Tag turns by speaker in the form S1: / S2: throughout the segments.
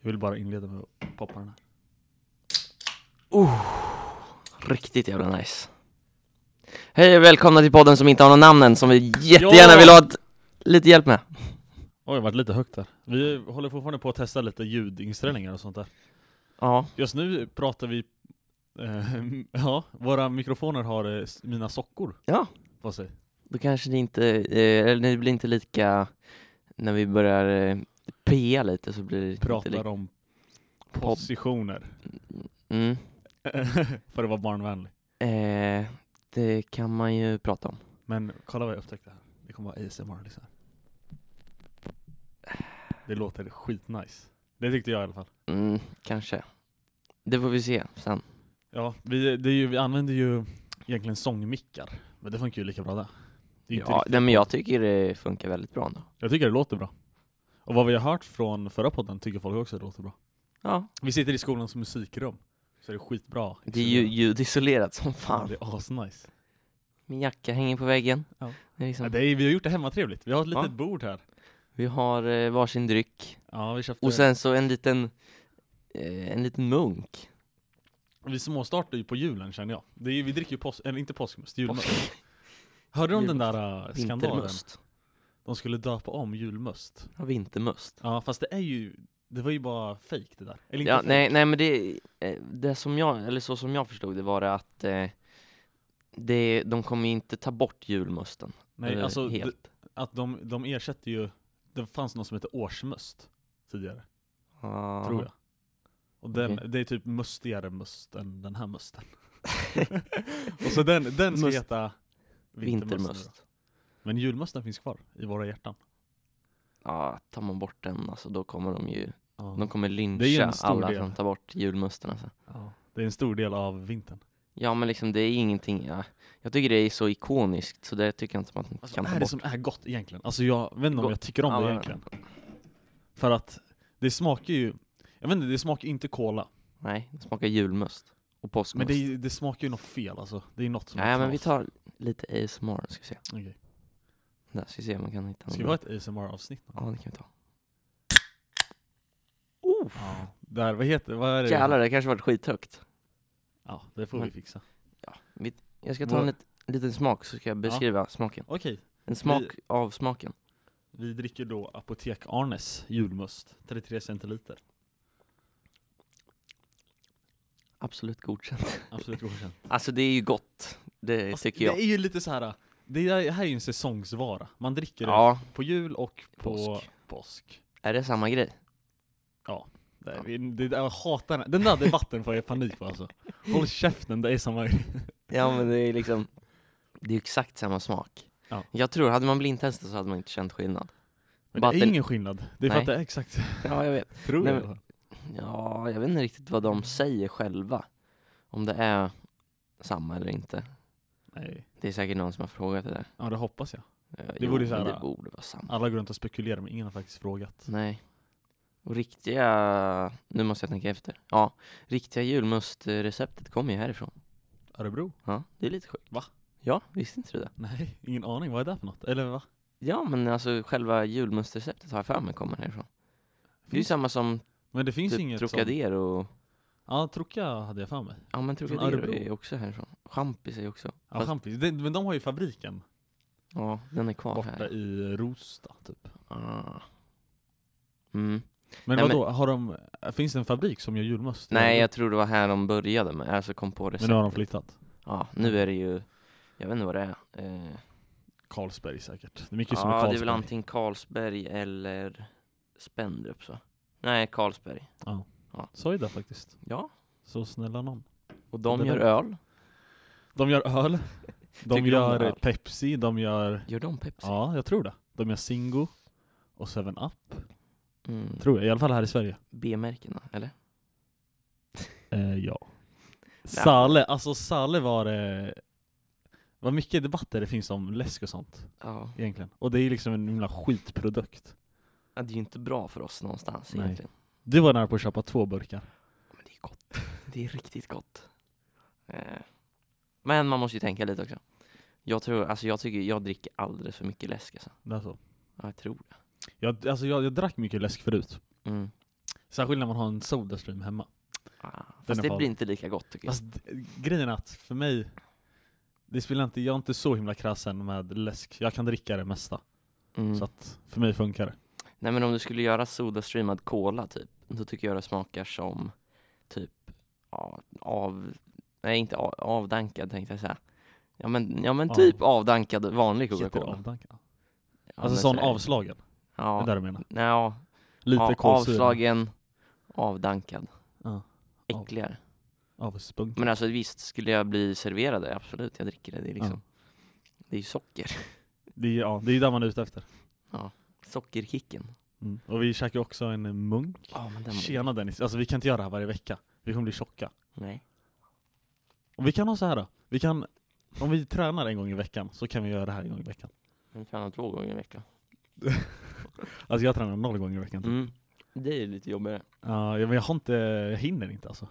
S1: Jag vill bara inleda med att poppa den här.
S2: Riktigt jävla nice. Hej och välkomna till podden som inte har någon namn än, som vi jättegärna
S1: Ja.
S2: vill ha ett, lite hjälp med.
S1: Oj, det varit lite högt där. Vi håller fortfarande på att testa lite ljudinställningar och sånt där.
S2: Ja,
S1: Just nu pratar vi... Eh, ja, våra mikrofoner har eh, s- mina sockor
S2: Ja.
S1: på sig.
S2: då kanske det inte, eh, eller det blir inte lika, när vi börjar eh, pea lite så blir det inte
S1: Pratar
S2: lika,
S1: om
S2: Podd.
S1: positioner.
S2: mm,
S1: För att vara barnvänlig.
S2: eh, det kan man ju prata om.
S1: Men kolla vad jag upptäckte här. Det kommer vara ASMR liksom. Det låter skitnice. Det tyckte jag i alla fall.
S2: Mm, kanske. Det får vi se sen.
S1: Ja, vi, det är ju, vi använder ju egentligen sångmickar. Men det funkar ju lika bra där. Det är ju inte
S2: Ja,
S1: riktigt-
S2: nej, men jag tycker det funkar väldigt bra ändå.
S1: Jag tycker det låter bra. Och vad vi har hört från förra podden tycker folk också det låter bra.
S2: Ja,
S1: Vi sitter i skolans musikrum. Så det är skitbra.
S2: det är ju ljudisolerat som
S1: Ja,
S2: fan.
S1: Det är asnice.
S2: Min jacka hänger på väggen.
S1: Ja.
S2: Det är
S1: Ja,
S2: liksom,
S1: det är, vi har gjort det hemmatrevligt. Vi har ett
S2: Ja.
S1: litet bord här.
S2: vi har eh, varsin dryck.
S1: Ja, vi köpte...
S2: Och sen så en liten, eh, en liten munk.
S1: Vi småstartar ju på julen känner jag. Det är, ju- vi dricker ju påsk... Eller inte påskmust, julmust. Hörde du om den där uh, skandalen?
S2: Vintermust.
S1: De skulle döpa om julmust.
S2: Ja, vintermust.
S1: Ja, fast det är ju... Det var ju bara fejk det där. Eller inte
S2: Ja,
S1: fake.
S2: nej, nej men det, eh, det som jag, eller så som jag förstod det var det att eh, det, de kommer ju inte ta bort julmusten.
S1: Nej,
S2: eller
S1: alltså d-
S2: Eh, helt.
S1: att de, de ersätter ju... Det fanns något som hette årsmust tidigare,
S2: Ja.
S1: tror jag. Och den,
S2: Okej.
S1: det är typ mustigare must än den här musten. Och så den, den ska
S2: Must.
S1: heta vintermust. nu då.
S2: Vintermust.
S1: Men julmusten finns kvar i våra hjärtan.
S2: Ja, tar man bort den alltså då kommer de ju,
S1: Ja.
S2: de kommer
S1: Det är ju en
S2: lyncha
S1: stor
S2: alla
S1: del.
S2: som tar bort julmusten alltså.
S1: Ja. Det är en stor del av vintern.
S2: Ja men liksom det är ingenting, ja. jag tycker det är så ikoniskt så det tycker jag inte man
S1: Alltså,
S2: kan
S1: vad
S2: ta
S1: är det
S2: bort.
S1: som är gott egentligen? Alltså jag vet inte om
S2: Gott.
S1: jag tycker om
S2: Ja,
S1: det
S2: men-
S1: egentligen. För att det smakar ju, jag vet inte, det smakar ju inte cola.
S2: Nej, det smakar julmust och påskmust.
S1: Men det, är- det smakar ju något fel alltså. Det är något som
S2: Nej
S1: är
S2: men vi
S1: knas.
S2: tar lite ASMR, ska vi se.
S1: Okej.
S2: Där ska vi se om man kan hitta någon
S1: Ska vi
S2: bra.
S1: ha ett ASMR-avsnitt?
S2: Ja det kan vi ta.
S1: Ja. Där, vad heter vad är det?
S2: Jävlar det kanske varit skithögt.
S1: Ja, det får vi
S2: Men-
S1: fixa.
S2: Vi- Jag ska ta
S1: Vår-
S2: en lit, liten smak så ska jag beskriva smaken.
S1: Okej,
S2: En smak av smaken.
S1: vi dricker då Apotek Arnes julmust, 33 centiliter.
S2: Absolut godkänt.
S1: Absolut godkänt.
S2: Alltså det är ju gott. Det
S1: Alltså,
S2: tycker jag.
S1: Det är ju lite så här. Det är- det här är ju en säsongsvara. Man dricker det
S2: Ja,
S1: på jul och på
S2: Påsk.
S1: påsk.
S2: är det samma grej?
S1: Nej, vi- det, jag hatar den. Den där debatten får jag panik på alltså. Håll käften, det är samma grej.
S2: Ja men det är liksom, det är ju exakt samma smak.
S1: Ja.
S2: Jag tror, hade man blindtestat så hade man inte känt skillnad.
S1: Men
S2: Bara
S1: det är
S2: att det-
S1: ingen skillnad. Det är för
S2: Nej.
S1: att det är exakt,
S2: Ja jag vet.
S1: tror
S2: Nej,
S1: jag.
S2: men- Ja, jag vet inte riktigt vad de säger själva. Om det är samma eller inte.
S1: Nej.
S2: Det är säkert någon som har frågat det där.
S1: Ja, det hoppas jag.
S2: Eh,
S1: Det borde ju
S2: men
S1: såhär-
S2: Det borde vara samma.
S1: Alla går runt och spekulerar, men ingen har faktiskt frågat.
S2: Nej. Och riktiga, nu måste jag tänka efter. Ja, riktiga julmustreceptet kommer ju härifrån.
S1: Örebro?
S2: Ja, det är lite sjukt.
S1: Va?
S2: Ja, visste inte du det?
S1: Nej, ingen aning. Vad är det för något? Eller va?
S2: Ja, men alltså själva julmustreceptet har jag för mig kommer härifrån. Det är ju
S1: Finns-
S2: samma som
S1: Men det finns
S2: typ
S1: inget
S2: Trocadero.
S1: som... Ja, Troca hade jag för mig.
S2: Ja, men
S1: Från
S2: Trocadero
S1: Örebro.
S2: är ju också härifrån. Champis är ju också.
S1: Ja,
S2: Fast-
S1: champis. Det- Men de har ju fabriken
S2: Ja, den är kvar
S1: borta
S2: här.
S1: i Rosta, typ.
S2: Ah. Mm.
S1: Men
S2: Nej, men-
S1: vadå, har de... Finns det en fabrik som gör julmust? i
S2: Nej,
S1: Örebro?
S2: jag tror det var här de började med, alltså kom på
S1: Men nu har de
S2: receptet.
S1: flyttat.
S2: Ja, nu är det ju, jag vet inte vad det är. Eh,
S1: Carlsberg säkert. Det är mycket som är
S2: Ja,
S1: Carlsberg.
S2: det är väl antingen Carlsberg eller Spendrup så. Nej, Carlsberg.
S1: Så är det faktiskt.
S2: Ja,
S1: Så snälla någon.
S2: och
S1: Det
S2: de
S1: där-
S2: gör öl.
S1: De gör öl, de
S2: Tycker du om
S1: gör
S2: öl?
S1: Pepsi, de gör...
S2: Gör de Pepsi?
S1: Ja, jag tror det. De gör Singo och 7-Up,
S2: Mm.
S1: tror jag. I alla fall här i Sverige.
S2: B-märkena, eller?
S1: Eh, ja. Sale, alltså Sale var det... Vad mycket debatter det finns om läsk och sånt
S2: Ja.
S1: egentligen. Och det är liksom en himla skitprodukt.
S2: ja. Det är ju inte bra för oss någonstans
S1: Nej.
S2: egentligen.
S1: Du var nära på att köpa två burkar.
S2: Men det är gott. Det är riktigt gott. Eh. Men man måste ju tänka lite också. Jag tror, alltså jag tycker, jag dricker alldeles för mycket läsk alltså.
S1: Det är så.
S2: Ja, jag tror det.
S1: Jag, alltså jag, jag drack mycket läsk förut.
S2: Mm.
S1: Särskilt när man har en Sodastream hemma.
S2: Ah,
S1: Den är
S2: fast det
S1: farlig.
S2: blir inte lika gott tycker jag.
S1: Fast d- grejen är att för mig, det spelar inte, jag är inte så himla krass än med läsk. Jag kan dricka det mesta.
S2: Mm.
S1: Så att för mig funkar det.
S2: Nej men om du skulle göra sodastreamad cola typ, då tycker jag det smakar som typ ja, av, nej inte av, avdankad tänkte jag säga. Ja men, ja, men
S1: Ja.
S2: typ avdankad vanlig
S1: Heter det
S2: Coca-Cola.
S1: avdanka?
S2: Ja,
S1: Alltså
S2: men
S1: sån
S2: så är det.
S1: avslagen. Det är
S2: Ja,
S1: det du menar.
S2: nej, ja,
S1: Lite
S2: ja,
S1: kolsyra.
S2: avslagen, avdankad.
S1: Ja. Av-
S2: Äckligare.
S1: Avspunk.
S2: Men alltså visst, skulle jag bli serverad det, absolut, jag dricker det. Det är liksom, det är ju socker.
S1: Det är ju ja, det är där man är ute efter.
S2: Sockerkicken.
S1: Mm. Och vi käkar ju också en munk.
S2: Ja men den var-
S1: Tjena Dennis, alltså vi kan inte göra det här varje vecka. Vi kommer bli tjocka.
S2: Nej.
S1: Och vi kan ha så här då. Vi kan, om vi tränar en gång i veckan så kan vi göra det här en gång i veckan.
S2: Den tränar två gånger i veckan.
S1: Alltså jag tränar noll gånger i veckan. Typ.
S2: Mm. Det är lite jobbigare.
S1: Ja, men jag har inte, jag hinner inte alltså.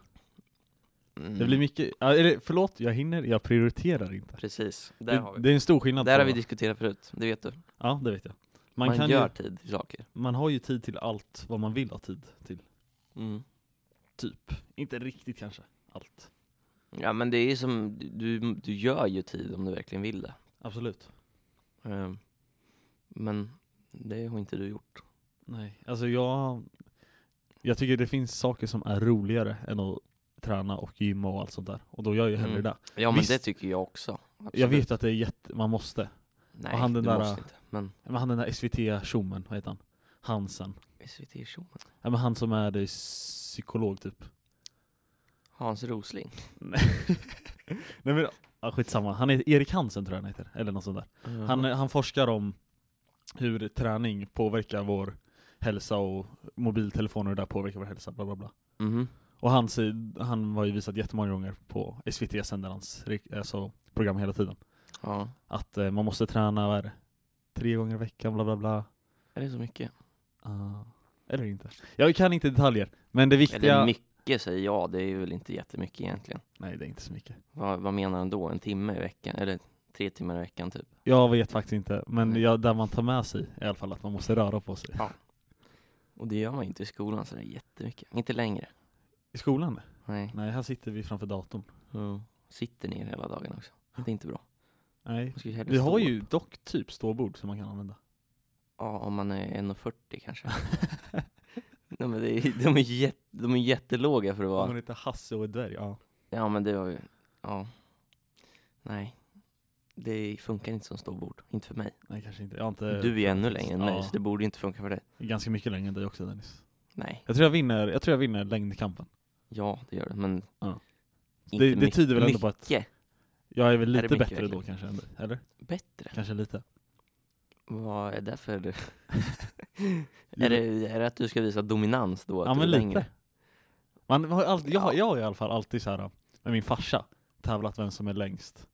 S2: Mm.
S1: Det blir mycket, ja, eller förlåt, jag hinner, jag prioriterar inte.
S2: Precis, där har
S1: Det,
S2: vi.
S1: det är en stor skillnad.
S2: Där
S1: på-
S2: har vi diskuterat förut, det vet du.
S1: Ja, det vet jag. Man,
S2: Man,
S1: kan
S2: gör
S1: ju,
S2: tid till saker.
S1: man har ju tid till allt vad man vill ha tid till.
S2: Mm.
S1: Typ. Inte riktigt kanske, allt.
S2: Ja men det är som, du, du gör ju tid om du verkligen vill det.
S1: Absolut.
S2: Ehm, Men det har inte du gjort.
S1: Nej, alltså jag, jag tycker det finns saker som är roligare än att träna och gymma och allt sånt där. Och då gör jag hellre
S2: Mm.
S1: det.
S2: Ja men
S1: Visst.
S2: det tycker jag också.
S1: Jag
S2: Absolut.
S1: vet att det är jätte, man måste.
S2: Nej,
S1: och han den
S2: du
S1: där-
S2: måste inte. Men
S1: Men han den där SVT-tjommen, vad heter han? Hansen.
S2: SVT Schumann.
S1: Ja, men han som är eh, psykolog typ.
S2: Hans Rosling.
S1: Nej men, ja, skitsamma. Han är Erik Hansen tror jag han heter, eller något sånt där. Han, han forskar om hur träning påverkar vår hälsa och mobiltelefoner och där påverkar vår hälsa, bla bla bla.
S2: Mhm.
S1: Och han, säger- han har ju visat jättemånga gånger på SVT sänder hans rik- alltså, program hela tiden,
S2: Ja.
S1: att eh, man måste träna, vad är det, tre gånger i veckan, bla bla bla.
S2: Är det så mycket?
S1: Ah, eller inte. Jag kan inte detaljer, men det viktiga...
S2: Eller mycket säger jag, det är väl inte jättemycket egentligen.
S1: Nej det är inte så mycket.
S2: Vad, vad menar han då? En timme i veckan? Eller tre timmar i veckan typ?
S1: Jag vet faktiskt inte, men
S2: Nej.
S1: jag, där man tar med sig i alla fall att man måste röra på sig.
S2: Och det gör man ju inte i skolan sådär jättemycket. Inte längre.
S1: I skolan?
S2: Nej.
S1: Nej, här sitter vi framför datorn.
S2: Sitter ner hela dagen också. Det är inte bra.
S1: Nej.
S2: Man ska ju hellre
S1: Vi
S2: stå
S1: har
S2: upp.
S1: ju dock typ ståbord som man kan använda.
S2: Ja, om man är 1,40 kanske. Nej, men det är, de, är jätt, de är jättelåga för att
S1: Om man
S2: vara...
S1: heter Hasse och är dvärg, ja.
S2: Ja, men det var ju... Ja. Nej. Det funkar inte som ståbord. Inte för mig.
S1: Nej kanske inte. Jag har inte
S2: Du är ännu längre än mig,
S1: Ja.
S2: så det borde inte funka för dig.
S1: Ganska mycket längre än dig också Dennis.
S2: Nej.
S1: Jag tror jag vinner, jag tror jag vinner längdkampen.
S2: Ja, det gör det, men...
S1: Ja.
S2: inte
S1: Det, det
S2: mycket-
S1: tyder väl ändå på att
S2: mycket
S1: jag är väl
S2: Är det
S1: lite
S2: mycket
S1: bättre då
S2: verkligen?
S1: kanske än dig, eller?
S2: bättre.
S1: Kanske lite.
S2: Vad är det för... är, det, är det att du ska visa dominans då? Att
S1: Ja
S2: du är
S1: men
S2: längre?
S1: lite. Man har ju alltid, jag, har-
S2: Ja.
S1: jag har i alla fall alltid så här eh, med min farsa tävlat vem som är längst.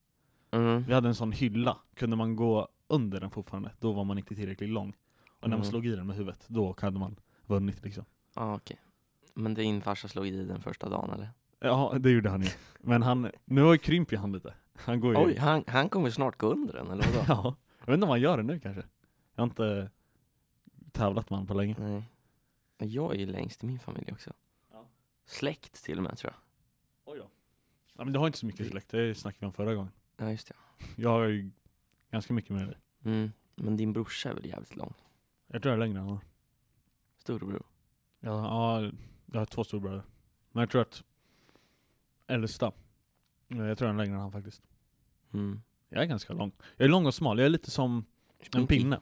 S2: Mm.
S1: Vi hade en sån hylla, kunde man gå under den fortfarande, då var man inte tillräckligt lång. Och när man
S2: Mm.
S1: slog i den med huvudet, då hade man vunnit liksom.
S2: Ja, okej. Men din farsa slog i den första dagen eller?
S1: Ja, det gjorde han ju. Men han, nu har ju krympt han lite. Han går ju...
S2: Oj, han, han kommer snart gå under den eller vadå?
S1: Ja, jag vet inte om han gör det nu kanske. Jag har inte tävlat med honom på länge.
S2: Nej. Men Jag är ju längst i min familj också.
S1: Ja.
S2: Släkt till och med tror jag.
S1: Oj då. Ja, men du har inte så mycket släkt, det snackade vi om förra gången.
S2: Ja, just det.
S1: Jag har ju ganska mycket med dig.
S2: Mm. Men din brorsa är väl jävligt lång?
S1: Jag tror jag är längre än honom.
S2: Storebror?
S1: Jag, ja, jag har två storbröder. Men jag tror att äldsta, ja, jag tror jag är längre än han faktiskt.
S2: Mm.
S1: Jag är ganska lång. Jag är lång och smal, jag är lite som en pinne.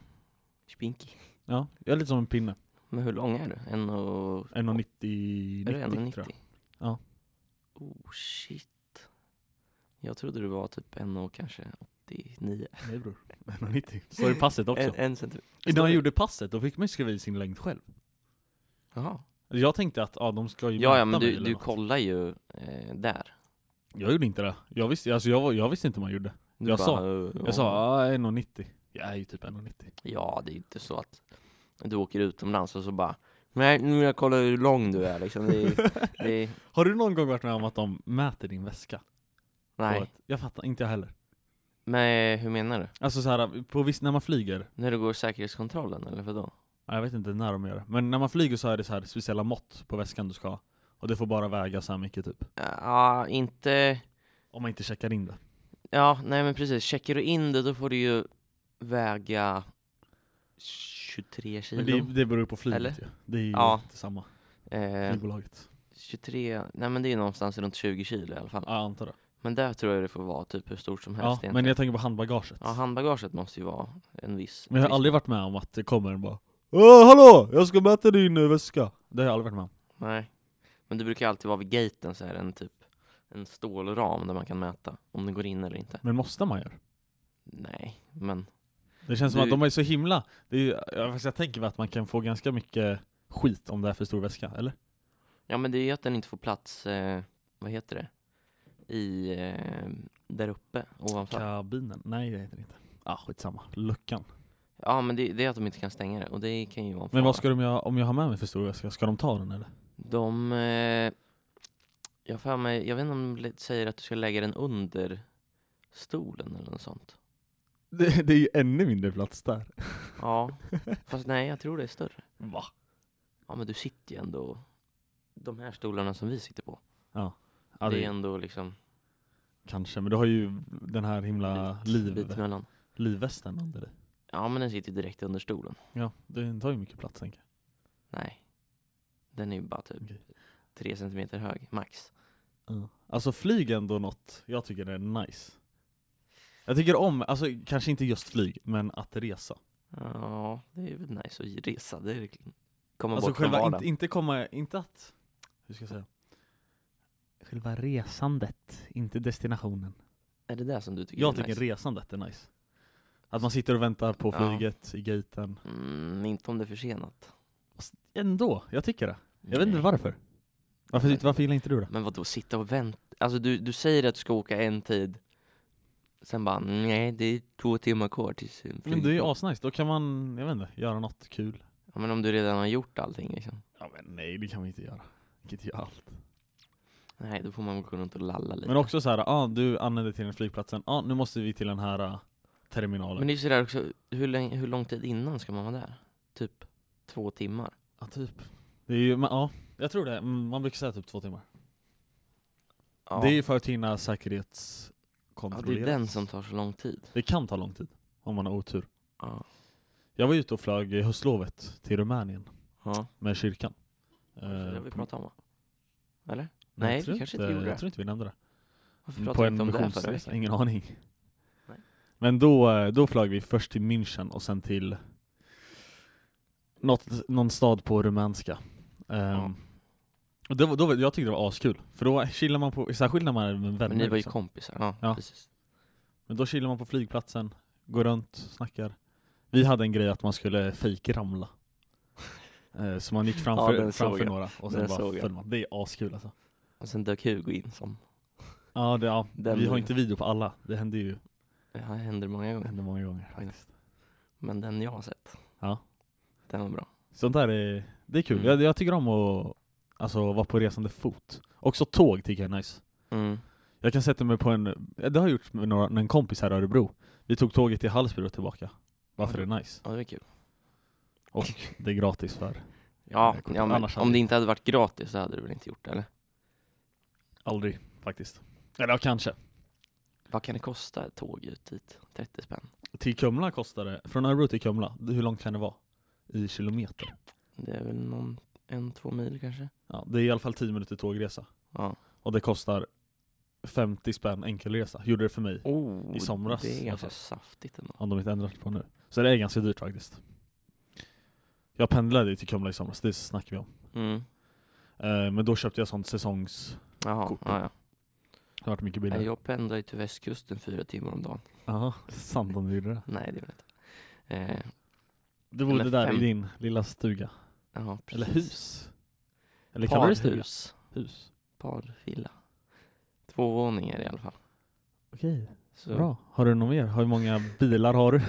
S2: Spinky.
S1: Ja, jag är lite som en pinne.
S2: Men hur lång är du? En och...
S1: 1,90
S2: Är du
S1: 90, tror
S2: 1,90?
S1: jag. Ja.
S2: Oh shit. Jag trodde du var typ en och kanske 89.
S1: Nej bror, 1,90. Står i passet också.
S2: En, en centimeter.
S1: När jag gjorde passet, då fick man ju skriva i sin längd själv.
S2: Jaha.
S1: Alltså jag tänkte att ja, de ska ju
S2: Ja, ja,
S1: mäta
S2: men
S1: mig
S2: du,
S1: eller
S2: du
S1: något.
S2: kollar ju eh, där.
S1: Jag gjorde inte det. Jag visste, alltså jag, var, jag visste inte hur man gjorde.
S2: Du
S1: Jag sa-
S2: "Eh, ja."
S1: Jag sa ja, 1,90. Jag är ju typ 1,90.
S2: Ja, det är ju inte så att du åker utomlands och så bara Nej, nu vill jag kolla hur lång du är liksom. Det är, det är,
S1: Har du någon gång varit med om att de mäter din väska? på
S2: nej,
S1: ett- jag fattar, inte jag heller.
S2: men eh, hur menar du?
S1: Alltså så här, på viss, när man flyger.
S2: När du går säkerhetskontrollen eller vadå?
S1: Ja, Jag vet inte när de gör det. Men när man flyger så är det så här speciella mått på väskan du ska ha. Och det får bara väga så här mycket typ.
S2: Ja, inte...
S1: Om man inte checkar in det.
S2: Ja, nej men precis. Checkar du in det då får du ju väga 23 kilo.
S1: Men det, det beror ju på flyget
S2: Eller?
S1: ju. Det är ju
S2: Ja.
S1: inte samma.
S2: Eh,
S1: Flygbolaget.
S2: 23, nej men det är någonstans runt 20 kilo i alla fall.
S1: Ja, jag antar det.
S2: Men där tror jag det får vara typ hur stort som helst
S1: Ja,
S2: egentligen.
S1: men jag tänker på handbagaget.
S2: Ja, handbagaget måste ju vara en viss...
S1: Men jag
S2: viss-
S1: har aldrig varit med om att det kommer en bara Åh, hallå! Jag ska mäta din eh, väska! Det har jag aldrig varit med om.
S2: Nej. Men det brukar ju alltid vara vid gaten så är det en typ en stålram där man kan mäta om den går in eller inte.
S1: Men måste man göra?
S2: Nej, men
S1: Det känns som
S2: Du-
S1: att de är så himla... Det är, ju- jag, fast jag tänker väl att man kan få ganska mycket skit om det är för stor väska, eller?
S2: ja, men det är ju att den inte får plats, eh, vad heter det, i eh, där uppe ovanför.
S1: Kabinen? Nej det heter det inte. Ah skitsamma, luckan.
S2: Ja, men det, det är att de inte kan stänga det och det kan ju vara en
S1: Men
S2: fara.
S1: vad ska de göra om jag har med mig för stor väska? Ska de ta den eller?
S2: De, eh, jag har för mig, jag vet inte om de lä- säger att du ska lägga den under stolen eller något sånt.
S1: Det, det är ju ännu mindre plats där.
S2: Ja, fast nej, jag tror det är större.
S1: Va?
S2: Ja, men du sitter ju ändå, de här stolarna som vi sitter på.
S1: Ja,
S2: det,
S1: det
S2: är ändå liksom
S1: Kanske, men du har ju den här himla liv,
S2: bit mellan.
S1: livvästen under dig.
S2: Ja men den sitter ju direkt under stolen.
S1: Ja, den tar ju mycket plats tänker jag.
S2: Nej. Den är ju bara typ
S1: Okej.
S2: tre centimeter hög, max.
S1: Ja. Alltså flyg är ändå något jag tycker är nice. Jag tycker om, alltså kanske inte just flyg, men att resa.
S2: Ja, det är väl nice att resa. Det är verkligen- komma
S1: alltså
S2: bort från
S1: själva, inte,
S2: vardagen.
S1: inte komma, inte att, hur ska jag säga? Själva resandet, inte destinationen.
S2: Är det där som du tycker
S1: Jag
S2: är
S1: tycker
S2: nice?
S1: resandet är nice. Att man sitter och väntar på
S2: Ja.
S1: flyget i gaten.
S2: Mm, inte om det är försenat.
S1: Ändå, jag tycker det. Jag vet
S2: Nej.
S1: inte varför. Varför, varför gillar inte du det?
S2: Men vadå sitta och vänta? Alltså du, du säger att du ska åka en tid. Sen bara, nej det är två timmar kvar tills en
S1: Men det är ju
S2: flygplan."
S1: asnice, då kan man, jag vet inte, göra något kul.
S2: ja, men om du redan har gjort allting liksom.
S1: Ja men nej, det kan vi inte göra. Vi kan inte göra allt.
S2: Nej, då får man gå runt och lalla lite.
S1: Men också så här, ah, du anländer till den flygplatsen, ah, nu måste vi till den här ah, terminalen.
S2: Men det är ju sådär också, hur, länge, hur lång tid innan ska man vara där? Typ två timmar?
S1: Ja typ. Det är ju, men, ja, jag tror det. Mm, Man brukar säga typ två timmar.
S2: Ja,
S1: Det är ju för att hinna
S2: ja,
S1: säkerhetskontrollera.
S2: det är den som tar så lång tid.
S1: Det kan ta lång tid, om man har otur.
S2: Ja.
S1: Jag var ute och flög i höstlovet till Rumänien
S2: ja.
S1: med kyrkan.
S2: Det har
S1: Eh,
S2: vi
S1: på-
S2: pratat om va? Eller?
S1: jag
S2: Nej,
S1: tror
S2: vi kanske inte gjorde
S1: Jag
S2: det.
S1: tror inte vi nämnde det.
S2: Varför pratade
S1: på
S2: vi
S1: en
S2: inte om det här förra
S1: missionsresa,
S2: veckan?
S1: ingen aning.
S2: Nej.
S1: Men då, eh, då flög vi först till München och sen till något, någon stad på rumänska. Ehm,
S2: Ja.
S1: och det var, då, var- jag tyckte det var askul, för då chillar man på, särskilt när man är med vänner.
S2: Men ni var ju
S1: liksom.
S2: kompisar. Ja,
S1: Ja.
S2: precis.
S1: Men då chillar man på flygplatsen, går runt, snackar. Vi hade en grej att man skulle fejkramla. Eh, Så man gick framför,
S2: den såg
S1: framför
S2: jag.
S1: några och sen
S2: Den
S1: bara
S2: såg jag.
S1: föll man. Det är askul alltså.
S2: Och sen dök Hugo in som,
S1: Ja, det, ja.
S2: Den-
S1: vi har inte video på alla. Det hände ju
S2: ja, det händer många
S1: det
S2: gånger.
S1: hände många gånger faktiskt.
S2: Men den jag har sett,
S1: Ja.
S2: den var bra.
S1: Sånt där är, det är kul.
S2: Mm.
S1: Jag, jag tycker om att alltså, vara på resande fot. Också tåg tycker jag är nice.
S2: Mm.
S1: Jag kan sätta mig på en, det har jag gjort med, några, med en kompis här i Örebro. Vi tog tåget till Hallsberg och tillbaka. Varför det är nice.
S2: Ja, det var kul.
S1: Och det är gratis för
S2: Ja,
S1: Jag kommer-
S2: ja men
S1: annars hade
S2: om det
S1: vi-
S2: inte hade varit gratis så hade du väl inte gjort det eller?
S1: aldrig faktiskt. Eller ja, kanske.
S2: Vad kan det kosta ett tåg ut dit? 30 spänn?
S1: Till Kumla kostar det, från Örebro till Kumla, det- hur långt kan det vara? I kilometer.
S2: Det är väl någon, en, två mil kanske?
S1: Ja, det är i alla fall 10 minuter tågresa.
S2: Ja.
S1: Och det kostar 50 spänn enkelresa, gjorde det för mig.
S2: Oh,
S1: I somras,
S2: Det är ganska
S1: alltså.
S2: saftigt ändå.
S1: Om de inte ändrat på nu. Så det är ganska dyrt faktiskt. Jag pendlade ju till Kumla i somras, det snackar vi om.
S2: Mm.
S1: Eh, men då köpte jag sånt säsongs...
S2: Jaha,
S1: Kortet.
S2: ja, ja.
S1: Det har varit mycket
S2: Nej,
S1: billigare.
S2: Jag pendlar ju till västkusten fyra timmar om dagen.
S1: Ja, sant om du gjorde det.
S2: Nej, det gör jag inte. Eh,
S1: Du bodde
S2: Men
S1: där
S2: fem-
S1: i din lilla stuga.
S2: jaha,
S1: Eller
S2: precis.
S1: hus. Eller kallar du det stuga?
S2: Parhus.
S1: Hus.
S2: Parvilla. Två våningar i alla fall.
S1: Okej,
S2: Så,
S1: bra. Har du något mer? Hur många bilar har du?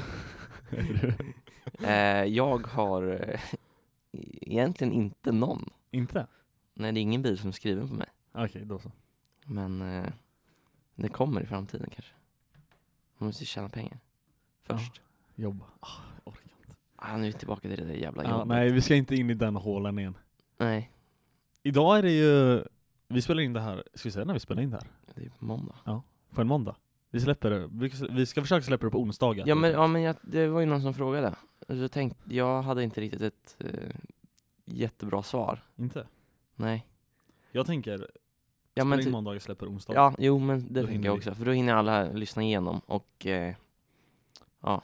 S2: Eh, jag har eh, egentligen inte någon.
S1: inte?
S2: Nej, det är ingen bil som är skriven på mig.
S1: Okej, då så.
S2: Men eh, det kommer i framtiden kanske. Man måste ju tjäna pengar.
S1: Ja.
S2: Först.
S1: Jobba. Ah, jag orkar inte.
S2: Ah, nu är vi tillbaka till det där jävla
S1: Ja,
S2: jobbet.
S1: nej, vi ska inte in i den hålan igen.
S2: nej,
S1: Idag är det ju... Vi spelar in det här, ska vi säga när vi spelar in det här?
S2: det är på måndag.
S1: På en måndag. Vi släpper det, vi ska- vi ska försöka släppa det på onsdagar.
S2: Ja men, ja, men jag, det var ju någon som frågade. Och Så tänkte, jag hade inte riktigt ett eh, jättebra svar.
S1: Inte?
S2: Nej.
S1: Jag tänker,
S2: Ja, men
S1: spela in
S2: typ-
S1: måndagar släpper onsdagar.
S2: Ja, jo men det
S1: Då
S2: tänker
S1: hinner
S2: jag
S1: vi.
S2: också, för då hinner alla lyssna igenom och eh, ja,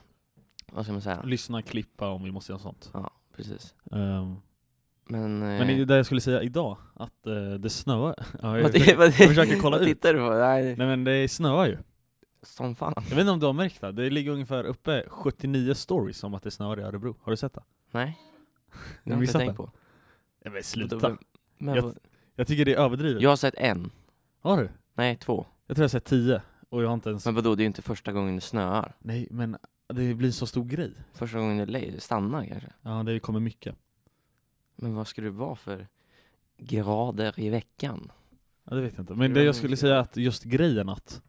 S2: vad ska man säga?
S1: Lyssna, klippa om vi måste göra sånt.
S2: Precis.
S1: Ehm,
S2: Men... Eh,
S1: men det är det jag skulle säga idag, att eh, det snöar. Ja, jag,
S2: vad,
S1: försöker,
S2: vad,
S1: jag försöker kolla
S2: vad
S1: ut.
S2: tittar du på? Nej,
S1: Nej men det snöar ju.
S2: som fan.
S1: Jag vet inte om du har märkt det, det ligger ungefär uppe 79 stories om att det snöar i Örebro. Har du sett det?
S2: Nej.
S1: Du
S2: Det har jag inte
S1: missat
S2: tänkt
S1: det?
S2: på.
S1: Nej men
S2: Men,
S1: sluta.
S2: men,
S1: Jag-
S2: vad-
S1: Jag tycker det är överdrivet.
S2: jag har sett en,
S1: Har du?
S2: nej två.
S1: Jag tror jag har sett 10, och jag har inte ens...
S2: Men vadå, det är ju inte första gången det snöar.
S1: Nej men det blir en så stor grej.
S2: Första gången det le- stannar kanske.
S1: Ja det kommer mycket.
S2: Men vad skulle det vara för grader i veckan?
S1: Ja, det vet jag inte.
S2: Det
S1: Men
S2: var
S1: det jag
S2: nog
S1: skulle
S2: inte-
S1: säga är att just grejen att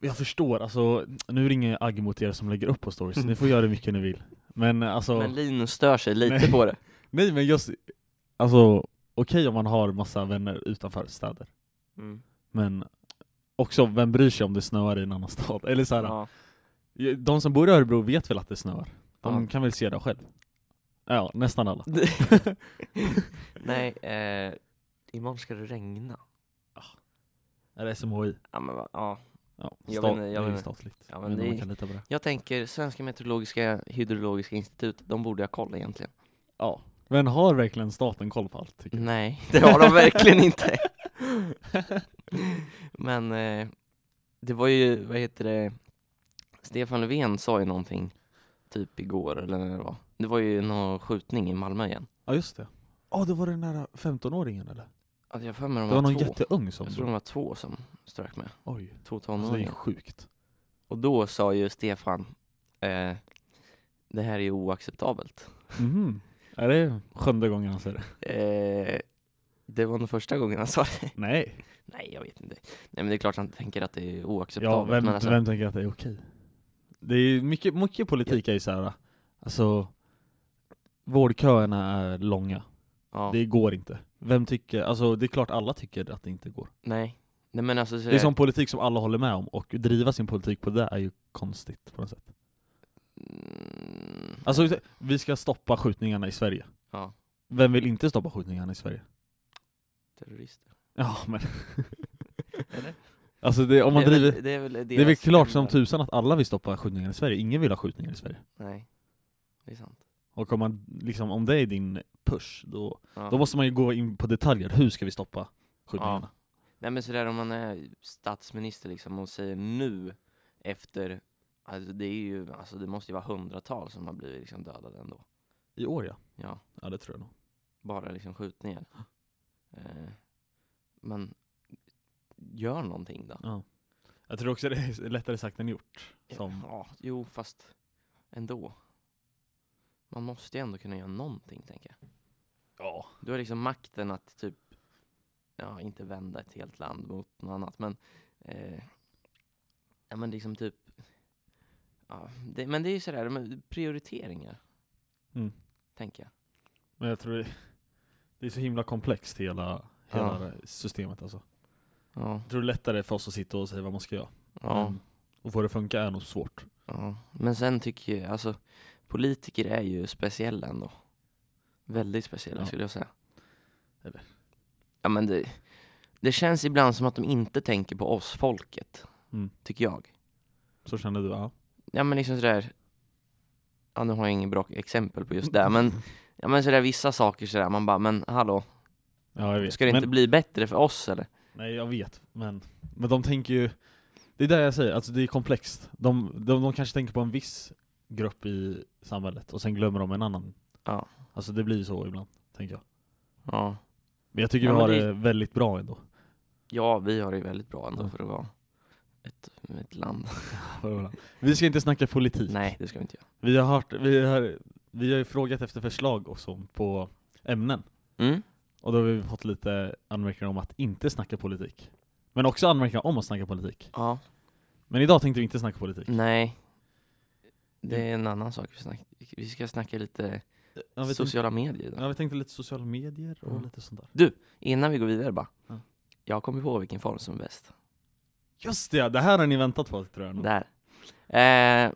S1: jag förstår, alltså nu ringer jag agg mot er som lägger upp på stories, ni får göra hur mycket ni vill. Men alltså,
S2: Men Linus stör sig lite
S1: Nej.
S2: på det.
S1: nej men just, alltså okej om man har massa vänner utanför städer,
S2: Mm.
S1: men också vem bryr sig om det snöar i en annan stad? Eller så här,
S2: Ja.
S1: de som bor i Örebro vet väl att det snöar? De
S2: Ja.
S1: kan väl se det själv? Ja, nästan alla.
S2: Nej, eh, imorgon ska det regna.
S1: Eller SMHI.
S2: Ja, men, va- ja.
S1: Ja,
S2: Jag
S1: stat-
S2: vet inte, jag
S1: det är
S2: vet
S1: ju
S2: inte.
S1: statligt.
S2: Ja,
S1: Jag vet
S2: men
S1: inte om
S2: det-
S1: man kan lita på det.
S2: Jag tänker Svenska Meteorologiska Hydrologiska Institutet, de borde ha koll egentligen.
S1: Ja. Men har verkligen staten koll på allt? Tycker du?
S2: Nej, det har de verkligen inte. Men eh, det var ju, vad heter det, Stefan Löfven sa ju någonting typ igår eller när det var. Det var ju någon skjutning i Malmö igen.
S1: Ja just det. Ja det var den där 15-åringen eller?
S2: Alltså jag har för mig de
S1: Det var någon
S2: två.
S1: jätteung som...
S2: Jag tror de var två som strök med.
S1: Oj.
S2: Två
S1: Alltså, det är ju
S2: tonåringar.
S1: sjukt.
S2: Och då sa ju Stefan, eh, det här är ju oacceptabelt. Mm.
S1: Mhm. Är det sjunde gången han säger det?
S2: Eh, det var nog första gången han sa det.
S1: Nej.
S2: Nej, jag vet inte. Nej, men det är klart han tänker att det är oacceptabelt.
S1: Ja, vem,
S2: men alltså,
S1: vem tänker att det är okej? Det är ju mycket, mycket politik är ju såhär, alltså vårdköerna är långa.
S2: ja,
S1: Det går inte. Vem tycker, alltså det är klart alla tycker att det inte går.
S2: nej. nej, men alltså, så
S1: Det är sån politik som alla håller med om, och driva sin politik på det är ju konstigt på något sätt.
S2: Mm,
S1: Alltså vi ska stoppa skjutningarna i Sverige.
S2: ja,
S1: Vem vill inte stoppa skjutningarna i Sverige?
S2: terrorister.
S1: Ja men
S2: Eller?
S1: Alltså det, om man
S2: det,
S1: driver,
S2: är väl, det är väl
S1: det är väl
S2: deras
S1: klart som typ-
S2: enda-
S1: tusan att alla vill stoppa skjutningar i Sverige, ingen vill ha skjutningar i Sverige.
S2: Nej, det är sant.
S1: Och om, man, liksom, om det är din push, då,
S2: Ja.
S1: då måste man ju gå in på detaljer, hur ska vi stoppa skjutningarna?
S2: Nej men sådär om man är statsminister liksom och säger nu efter, alltså det är ju, alltså det måste ju vara hundratals som har blivit liksom dödade ändå.
S1: I år ja.
S2: Ja,
S1: Ja det tror jag nog.
S2: bara liksom skjutningar. Eh, men gör någonting då.
S1: Ja. Jag tror också det är lättare sagt än gjort. Som,
S2: Ja, jo fast ändå. Man måste ju ändå kunna göra någonting tänker jag.
S1: ja.
S2: Du har liksom makten att typ, ja inte vända ett helt land mot något annat men, eh, ja men liksom typ, ja, det, men det är ju sådär, men prioriteringar
S1: Mm.
S2: tänker jag.
S1: Men jag tror det, det är så himla komplext hela, hela det systemet alltså.
S2: Ja,
S1: Jag tror det är lättare för oss att sitta och säga vad man ska göra.
S2: ja,
S1: Men att få det att funka är nog svårt.
S2: ja. Men sen tycker jag, alltså politiker är ju speciella ändå. Väldigt speciella
S1: Ja.
S2: skulle jag säga.
S1: Eller?
S2: Ja men det, det känns ibland som att de inte tänker på oss, folket.
S1: Mm.
S2: Tycker jag.
S1: Så känner du? Ja.
S2: Ja men liksom sådär Ja nu har jag inget bra exempel på just det men Ja men sådär vissa saker sådär man bara men hallå
S1: Ja, jag vet.
S2: Ska det
S1: Men-
S2: inte bli bättre för oss eller?
S1: Nej jag vet, men, men de tänker ju Det är det jag säger, alltså det är komplext de, de, de kanske tänker på en viss grupp i samhället och sen glömmer de en annan
S2: Ja.
S1: Alltså det blir ju så ibland, tänker jag
S2: Ja
S1: Men jag tycker
S2: Ja,
S1: vi
S2: men
S1: har
S2: det-
S1: det väldigt bra ändå
S2: Ja vi har det ju väldigt bra ändå
S1: Ja.
S2: för att vara ett, ett land
S1: Vi ska inte snacka politik
S2: Nej det ska vi inte göra
S1: Vi har hört, vi har, vi har ju frågat efter förslag och sånt på ämnen
S2: mm?
S1: Och då har vi fått lite anmärkningar om att inte snacka politik Men också anmärkningar om att snacka politik
S2: Ja Mm.
S1: Men idag tänkte vi inte snacka politik
S2: Nej Det är en annan sak vi, snack, vi ska snacka lite
S1: Jag vet
S2: sociala medier. idag.
S1: Ja, vi tänkte lite sociala medier och
S2: Ja.
S1: lite sånt där.
S2: Innan vi går vidare bara.
S1: Ja.
S2: Jag kommer på vilken form som är bäst.
S1: Just det, det här har ni väntat på tror jag. nog.
S2: Där. Eh,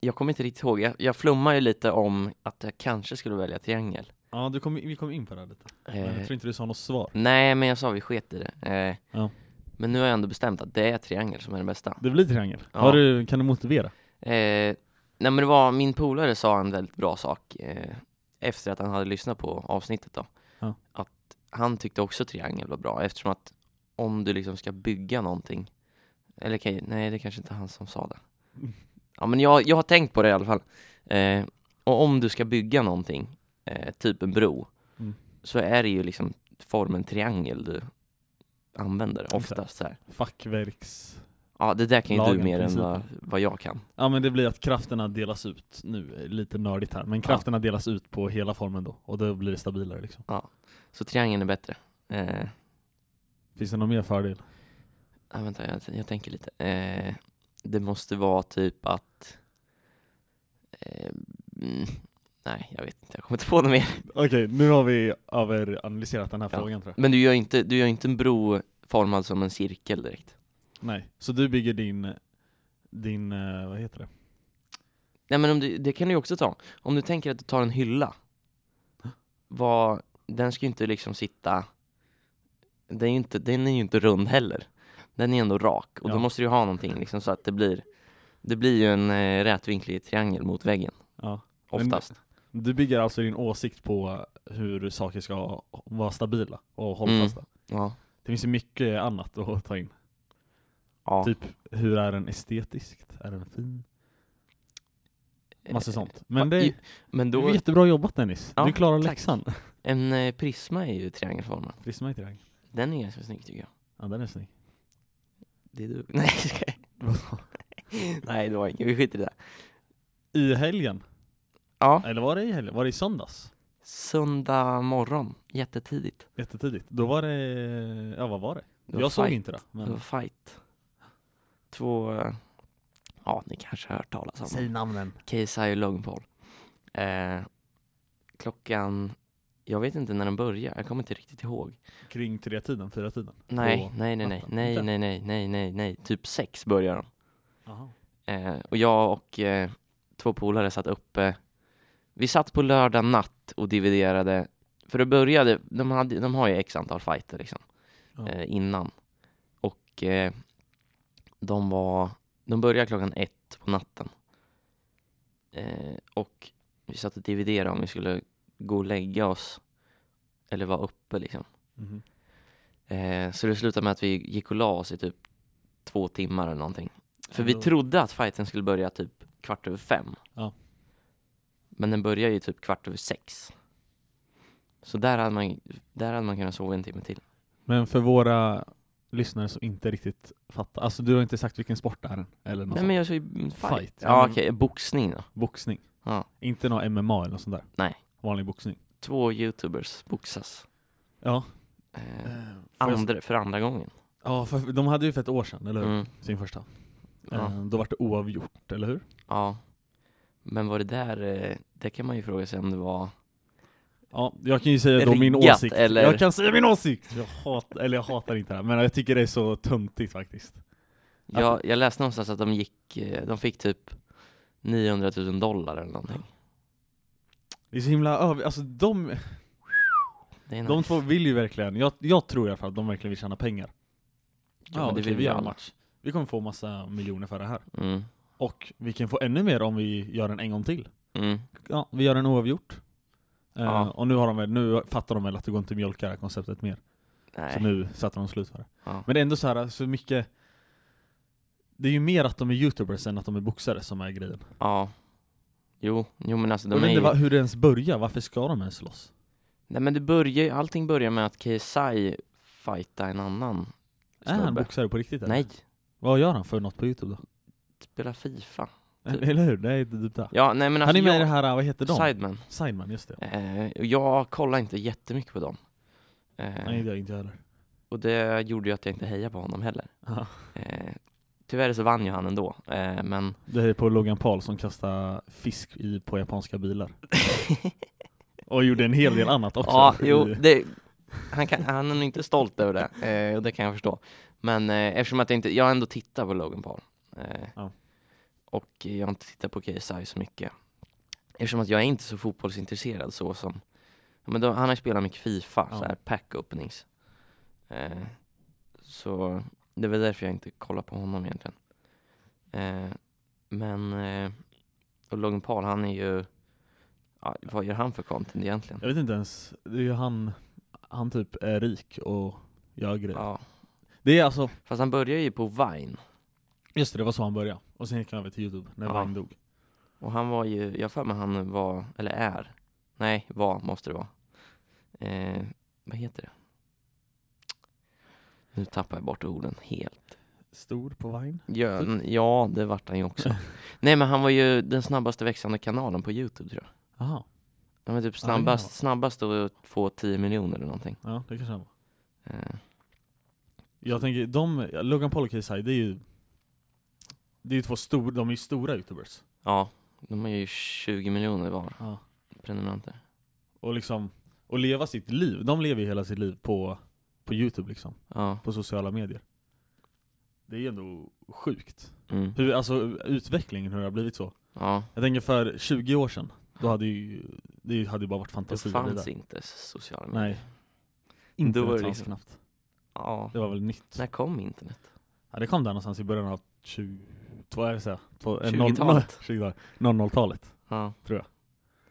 S2: jag kommer inte riktigt ihåg. Jag, jag flummar ju lite om att jag kanske skulle välja triangel.
S1: Ja, du kom, vi kom in på det här lite. Men
S2: Eh,
S1: jag tror inte du sa något svar.
S2: Nej, men jag sa vi sket i det. Eh,
S1: Ja.
S2: Men nu har jag ändå bestämt att det är triangel som är den bästa.
S1: Det blir triangel.
S2: Ja.
S1: Har du, kan du motivera?
S2: Eh, nej men det var, min polare sa en väldigt bra sak eh, efter att han hade lyssnat på avsnittet då.
S1: Ja.
S2: Att han tyckte också triangel var bra eftersom att om du liksom ska bygga någonting. Eller okej, nej det kanske inte är han som sa det.
S1: Mm.
S2: Ja men jag, jag har tänkt på det i alla fall. Eh, och om du ska bygga någonting, eh, typ en bro.
S1: Mm.
S2: Så är det ju liksom formen triangel du använder oftast. Så här.
S1: Fackverks...
S2: Ja det där kan ju du
S1: Lagen,
S2: mer än
S1: principen.
S2: vad, vad jag kan.
S1: Ja men det blir att krafterna delas ut, nu är det lite nördigt här, men krafterna delas ut på hela formen då, och då blir det stabilare liksom.
S2: Så triangeln är bättre. Eh,
S1: Finns det någon mer fördel?
S2: Ja, vänta, jag, jag tänker lite. Eh, det måste vara typ att... Eh, mm, nej, jag vet inte. Jag kommer inte på det mer.
S1: Okej, nu har vi överanalyserat den här
S2: Ja.
S1: frågan tror jag.
S2: Men du gör inte, du gör inte en bro formad som en cirkel direkt.
S1: Nej, så du bygger din, din, eh, vad heter det?
S2: Nej, men om du, det kan du ju också ta. Om du tänker att du tar en hylla. Vad, den ska ju inte liksom sitta... Den är ju inte, den är ju inte rund heller. Den är ändå rak. Och då
S1: Ja.
S2: måste du ju ha någonting liksom, så att det blir... Det blir ju en eh, rätvinklig triangel mot väggen,
S1: Ja. Men-
S2: oftast.
S1: Du bygger alltså din åsikt på hur saker ska vara stabila och hållfasta.
S2: Ja.
S1: Det finns ju mycket annat att ta in.
S2: Ja.
S1: Typ, hur är den estetiskt? Är den fin? Massa
S2: Eh,
S1: sånt. Men
S2: fa-
S1: det
S2: i- Men
S1: det
S2: då,
S1: är jättebra jobbat Dennis.
S2: Ja,
S1: du klarar
S2: tack.
S1: läxan.
S2: en eh, prisma är ju triangelformad.
S1: Prisma inte rang.
S2: Den är ganska snygg tycker jag.
S1: Ja, den är snygg.
S2: Det är du. Nej, jag skojar. Nej det var inget, vi skiter i det.
S1: I helgen,
S2: Ja,
S1: eller var det i helgen? Var det i söndags?
S2: söndag morgon, jättetidigt.
S1: Jättetidigt. Då var det, ja vad var det?
S2: Det var
S1: jag såg
S2: fight.
S1: inte det.
S2: Det var
S1: Men...
S2: fight. Två, eh, ja ni kanske har hört talas om dem.
S1: namnen.
S2: KSI och Logan Paul. Eh, klockan, jag vet inte när den börjar, jag kommer inte riktigt ihåg.
S1: Kring tre tiden, fyra tiden.
S2: Nej, nej, nej, nej,
S1: natten.
S2: nej,
S1: Inte?
S2: nej, nej, nej, nej, nej, typ sex börjar de.
S1: Aha.
S2: Eh, och jag och eh, två polare satt uppe. Vi satt på lördag natt och dividerade. För det började, de, hade, de har ju x antal fighter liksom,
S1: Ja.
S2: eh, innan. Och eh, de var, de började klockan ett på natten. Eh, och vi satt och dividerade om vi skulle gå och lägga oss eller vara uppe liksom.
S1: Mhm.
S2: Eh, så det slutade med att vi gick och la oss i typ två timmar eller någonting. För vi
S1: Ändå.
S2: trodde att fighten skulle börja typ kvart över fem.
S1: Ja.
S2: Men den börjar ju typ kvart över sex. Så där hade man, där hade man kunnat sova en timme till.
S1: Men för våra lyssnare som inte riktigt fattar, alltså du har inte sagt vilken sport det är än, eller något
S2: Nej
S1: sånt.
S2: men jag sa ju mm, fight.
S1: Fight, ja,
S2: Ja
S1: men-
S2: okej, boxning då.
S1: Boxning.
S2: Ja.
S1: Inte någon MMA eller något sånt där.
S2: Nej.
S1: Vanlig boxning.
S2: Två youtubers boxas.
S1: Ja.
S2: Eh,
S1: Eh, får jag-
S2: andra, för andra gången.
S1: Ja, för de hade ju för ett år sedan, eller hur?
S2: Mm,
S1: Sin första.
S2: ja.
S1: Eh, Då var det oavgjort, eller hur?
S2: ja. Men var det där, eh, det kan man ju fråga sig om det var
S1: Ja, jag kan ju säga då min
S2: Riggat,
S1: åsikt.
S2: eller?
S1: Jag kan säga min åsikt! Jag hat, eller jag hatar inte det här, men jag tycker det är så töntigt faktiskt. Att-
S2: Jag, jag läste någonstans att de gick, eh, de fick typ 900 000 dollar eller någonting.
S1: Det är så himla över... Alltså de,
S2: Det är
S1: de
S2: nice.
S1: två vill ju verkligen, jag, jag tror i alla fall att de verkligen vill tjäna pengar.
S2: men det
S1: okej,
S2: vill vi
S1: gör en
S2: alla.
S1: match. Vi kommer få massa miljoner för det här.
S2: Mm.
S1: Och vi kan få ännu mer om vi gör den en gång till.
S2: Mm.
S1: Ja, vi gör den oavgjort. Eh,
S2: Ja.
S1: Och nu, har de, väl- nu fattar de väl att det går inte att mjölka det här konceptet mer. Så
S2: Nej.
S1: nu satte de slut för det.
S2: Ja.
S1: Men det är ändå så här, alltså, så mycket Det är ju mer att de är youtubers än att de är boxare som är grejen.
S2: ja. Jo, jo men alltså
S1: Jag
S2: de
S1: vet
S2: är
S1: inte
S2: ju...
S1: va- hur det ens börjar, varför ska de ens slåss?
S2: Nej men det börjar ju, allting börjar med att KSI fighta en annan
S1: Är han
S2: snubbe.
S1: boxare på riktigt eller?
S2: Nej,
S1: Vad gör han för något på youtube då?
S2: spela Fifa. Typ.
S1: Eller hur? Det är typ det.
S2: Ja, nej men
S1: han
S2: alltså
S1: är med i
S2: jag...
S1: det här, vad heter de?
S2: Sideman.
S1: Sideman, just det.
S2: Eh, och jag kollar inte jättemycket på dem. Eh,
S1: Nej det gör jag inte jag heller.
S2: och det gjorde ju att jag inte hejar på honom heller.
S1: Ja.
S2: Eh, Tyvärr så vann ju han ändå, eh, men
S1: Det är på Logan Paul som kastar fisk i, på japanska bilar. Och gjorde en hel del annat också.
S2: ja, jo,
S1: I-
S2: det, han, kan, han är nog inte stolt över det, eh, och det kan jag förstå. Men eh, eftersom att jag inte, jag har ändå tittat på Logan Paul. Eh,
S1: Ja.
S2: Och jag har inte tittat på KSI så mycket. Eftersom att jag är inte så fotbollsintresserad så som, men då, han har ju spelat mycket Fifa,
S1: Ja.
S2: så här pack openings. Eh, så det var därför jag inte kollade på honom egentligen. Eh, men, eh, och Logan Paul han är ju, ja, vad gör han för content egentligen?
S1: Jag vet inte ens, det är ju han, han typ är rik och gör grejer.
S2: Ja.
S1: Det är alltså,
S2: Fast han började ju på Vine
S1: just det, det var så han började. Och sen gick han över till Youtube när
S2: Ja.
S1: Vine dog.
S2: och han var ju, jag har för mig han var, eller är, nej var måste det vara. Eh, vad heter det? Nu tappar jag bort orden helt.
S1: Stor på Vine.
S2: Ja, n- ja det vart han ju också. nej men han var ju den snabbaste växande kanalen på Youtube tror jag.
S1: Aha,
S2: Han var typ
S1: Ja, det kan han
S2: snabbast,
S1: vara.
S2: snabbast att få 10 miljoner eller någonting.
S1: ja det kanske han var.
S2: Eh,
S1: Jag tänker, de, Logan Paul och KSI, det är ju det är ju två stora, de är ju stora youtubers.
S2: ja, de har ju 20 miljoner var
S1: Ja.
S2: prenumeranter.
S1: Och liksom, och leva sitt liv, de lever ju hela sitt liv på, på youtube liksom,
S2: Ja,
S1: på sociala medier. Det är ju ändå sjukt.
S2: mm,
S1: Hur, alltså utvecklingen, hur det har blivit så.
S2: ja.
S1: Jag tänker för 20 år sedan, då hade ju, det hade ju bara varit
S2: Det
S1: fantasi. i
S2: fanns
S1: där.
S2: inte sociala medier.
S1: Nej. Inte
S2: Då var det
S1: det fanns
S2: liksom-
S1: knappt.
S2: Ja.
S1: Det var väl nytt.
S2: När kom internet?
S1: Ja, det kom där någonstans i början av 20, vad är det säga? eh,
S2: 20-talet.
S1: 00-talet.
S2: Ja.
S1: Tror jag.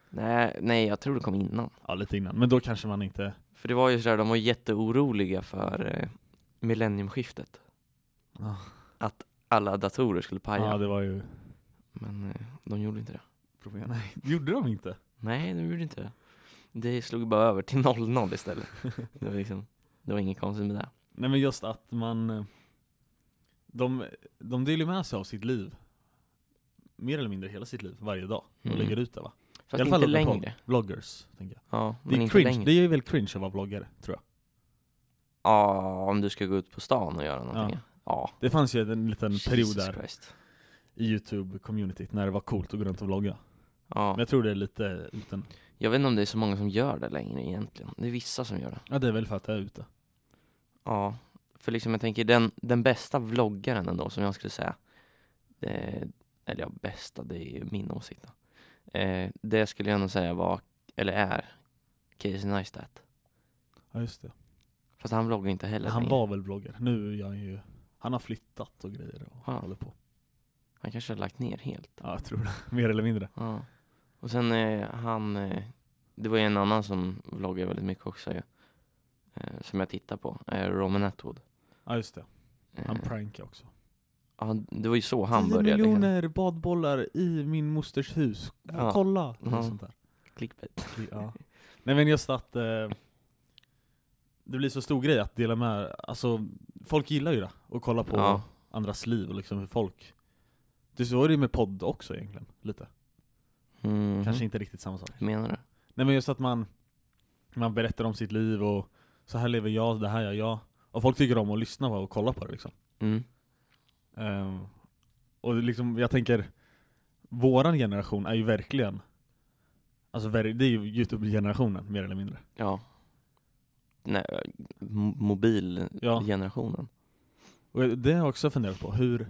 S2: Nej, nej, jag tror det kom innan.
S1: Ja, lite innan. Men då kanske man inte...
S2: För det var ju sådär, de var jätteoroliga för eh, millenniumskiftet.
S1: Ja.
S2: Att alla datorer skulle paja.
S1: Ja, det var ju
S2: Men eh, de gjorde inte det.
S1: problem. Nej, gjorde de inte?
S2: Nej, de gjorde inte det. Det slog bara över till 00 istället. det, var liksom, det var inget konstigt med det.
S1: Nej, men just att man... eh, De, de delar ju med sig av sitt liv. Mer eller mindre hela sitt liv, varje dag. Och
S2: Mm.
S1: lägger ut det va?
S2: Fast
S1: I alla fall
S2: inte
S1: Logan Paul.
S2: längre.
S1: Vloggers, tänker jag.
S2: Ja,
S1: Det
S2: men
S1: är,
S2: inte
S1: cringe.
S2: längre.
S1: det är väl cringe att vara vloggare, tror jag.
S2: Ja, om du ska gå ut på stan och göra någonting. Ja.
S1: Det fanns ju en liten period där
S2: Christ.
S1: i youtube-communityt när det var coolt att gå runt och vlogga. Men
S2: Ja.
S1: jag tror det är lite utan...
S2: Jag vet inte om det är så många som gör det längre egentligen. Det är vissa som gör det.
S1: Ja, det är väl för att jag är ute.
S2: Ja, för liksom jag tänker den, den bästa vloggaren ändå som jag skulle säga, det, eller ja bästa, det är ju min åsikt då. Eh, det skulle jag nog säga var, eller är, Casey Neistat.
S1: Ja, just det.
S2: Fast han vloggar inte heller
S1: Han
S2: längre.
S1: var väl vloggare. Nu är han ju... Han har flyttat och grejer och
S2: Ja.
S1: håller på.
S2: Han kanske har lagt ner helt.
S1: Ja, jag tror det. Mer eller mindre.
S2: Ja. Och sen eh, han, eh, det var ju en annan som vloggar väldigt mycket också ju. Eh, som jag tittar på, eh, Roman Atwood.
S1: Ja, just det.
S2: Eh,
S1: Han prankar också.
S2: ja, det var ju så han
S1: 10
S2: började. Liksom.
S1: miljoner badbollar i min mosters hus.
S2: Ja. Mm.
S1: Kolla! Något
S2: Ja.
S1: Sånt där.
S2: Clickbait.
S1: Ja. Nej men just att eh, det blir så stor grej att dela med, alltså folk gillar ju det, och kolla på
S2: Ja.
S1: andras liv och liksom hur folk Det är så är det ju med podd också egentligen, lite.
S2: Mhm.
S1: Kanske inte riktigt samma sak.
S2: Hur menar du?
S1: Nej men just att man, man berättar om sitt liv och så här lever jag, det här gör jag. Och folk tycker om att lyssna på och kolla på det liksom.
S2: Mm.
S1: Ehm, och det liksom, jag tänker, våran generation är ju verkligen, alltså ver- det är ju Youtube-generationen mer eller mindre.
S2: Ja. Nej, eh, mo-
S1: Ja.
S2: mobilgenerationen.
S1: Och det har jag också funderat på, hur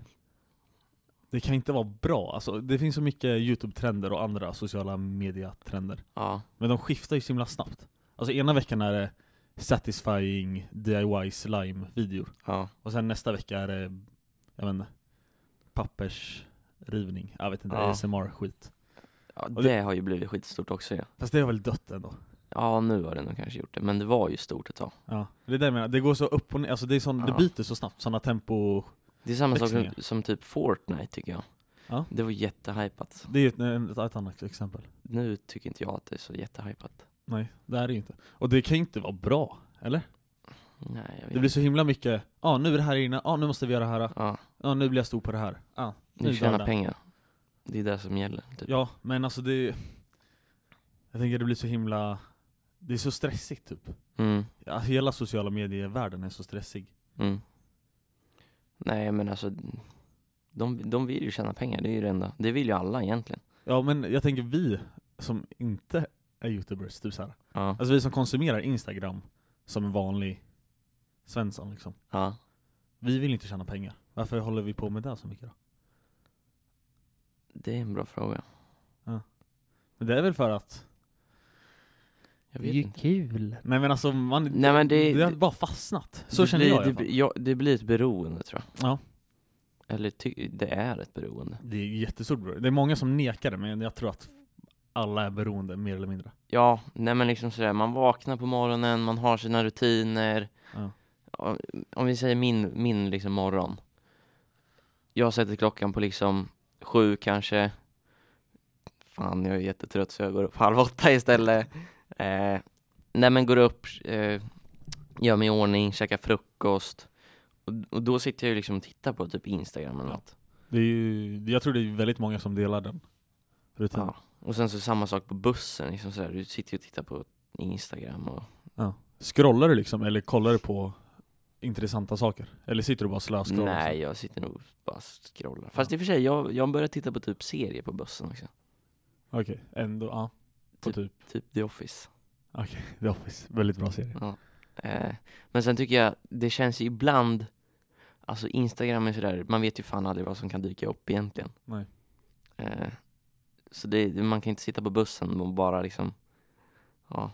S1: det kan inte vara bra, alltså det finns så mycket Youtube-trender och andra sociala media-trender.
S2: Ja.
S1: Men de skiftar ju så himla snabbt. Alltså ena veckan är det satisfying DIY slime-videor.
S2: Ja.
S1: Och sen nästa vecka är det, jag vet inte, pappersrivning. Jag vet inte,
S2: Ja.
S1: ASMR-skit.
S2: ja.
S1: det-
S2: Det, har ju blivit skitstort också ja.
S1: Fast det har väl dött ändå?
S2: Ja, nu har det nog kanske gjort det, men det var ju stort ett tag.
S1: Ja, det är det jag menar. Det går så upp och ner, alltså det, är sån, det
S2: Ja.
S1: byter så snabbt, sådana tempo...
S2: Det är samma sak som,
S1: Växlingar.
S2: som typ Fortnite tycker jag.
S1: Ja.
S2: Det var jättehypat.
S1: Det är ju ett, ett, ett annat exempel.
S2: Nu tycker inte jag att det är så jättehypat.
S1: Nej, det här är ju inte. Och det kan ju inte vara bra, eller?
S2: Nej, jag vet
S1: Det blir så himla mycket, ja ah, nu är det här inne, ja ah, nu måste vi göra det här, ja
S2: Ja,
S1: ah, nu blir jag stor på det här. Ah, nu
S2: nu
S1: dör
S2: tjänar
S1: den.
S2: pengar. Det är det som gäller. Typ.
S1: Ja, men alltså det är Jag tänker det blir så himla Det är så stressigt typ.
S2: Mm,
S1: Ja, hela sociala medier-världen är så stressig.
S2: mm. Nej, men alltså De, de vill ju tjäna pengar, det är ju det enda. Det vill ju alla egentligen.
S1: Ja men jag tänker vi som inte är youtubers, typ så här.
S2: Ja.
S1: Alltså vi som konsumerar instagram som en vanlig svensson liksom.
S2: ja.
S1: Vi vill inte tjäna pengar. Varför håller vi på med det så mycket då?
S2: Det är en bra fråga.
S1: Men det är väl för att...
S2: Jag vet inte.
S1: kul. Nej men alltså man,
S2: Nej, men det-
S1: det har
S2: det-
S1: bara fastnat. Så
S2: det
S1: känner
S2: blir,
S1: jag i
S2: det,
S1: alla fall.
S2: blir- ja, det blir ett beroende tror jag.
S1: Ja.
S2: Eller ty, det är ett beroende.
S1: Det är jättestort beroende. Det är många som nekar det men jag tror att alla är beroende mer eller mindre.
S2: Ja, nej men liksom sådär, man vaknar på morgonen, man har sina rutiner.
S1: Ja.
S2: Om- Om vi säger min, min liksom morgon. Jag sätter klockan på liksom sju kanske. Fan, jag är jättetrött så jag går upp halv åtta istället. Eh, nej men går upp, eh, gör mig i ordning, käkar frukost. Och, och då sitter jag ju liksom och tittar på typ Instagram eller
S1: Ja.
S2: något.
S1: Det är ju, jag tror det är väldigt många som delar den rutinen.
S2: Ja. Och sen så samma sak på bussen, liksom sådär. du sitter ju och tittar på Instagram och
S1: Scrollar du liksom eller kollar du på intressanta saker? Eller sitter du bara och slöscrollar?
S2: Nej, jag sitter nog bara och scrollar. Fast i och för sig, jag, jag börjar titta på typ serier på bussen också.
S1: Okej, ändå, ja. På typ.
S2: Typ The Office.
S1: Okej, The Office. Väldigt bra serie.
S2: Ja. Eh, men sen tycker jag, det känns ju ibland, alltså Instagram är sådär, man vet ju fan aldrig vad som kan dyka upp egentligen.
S1: Nej.
S2: Eh, så det, man kan inte sitta på bussen och bara liksom, ja.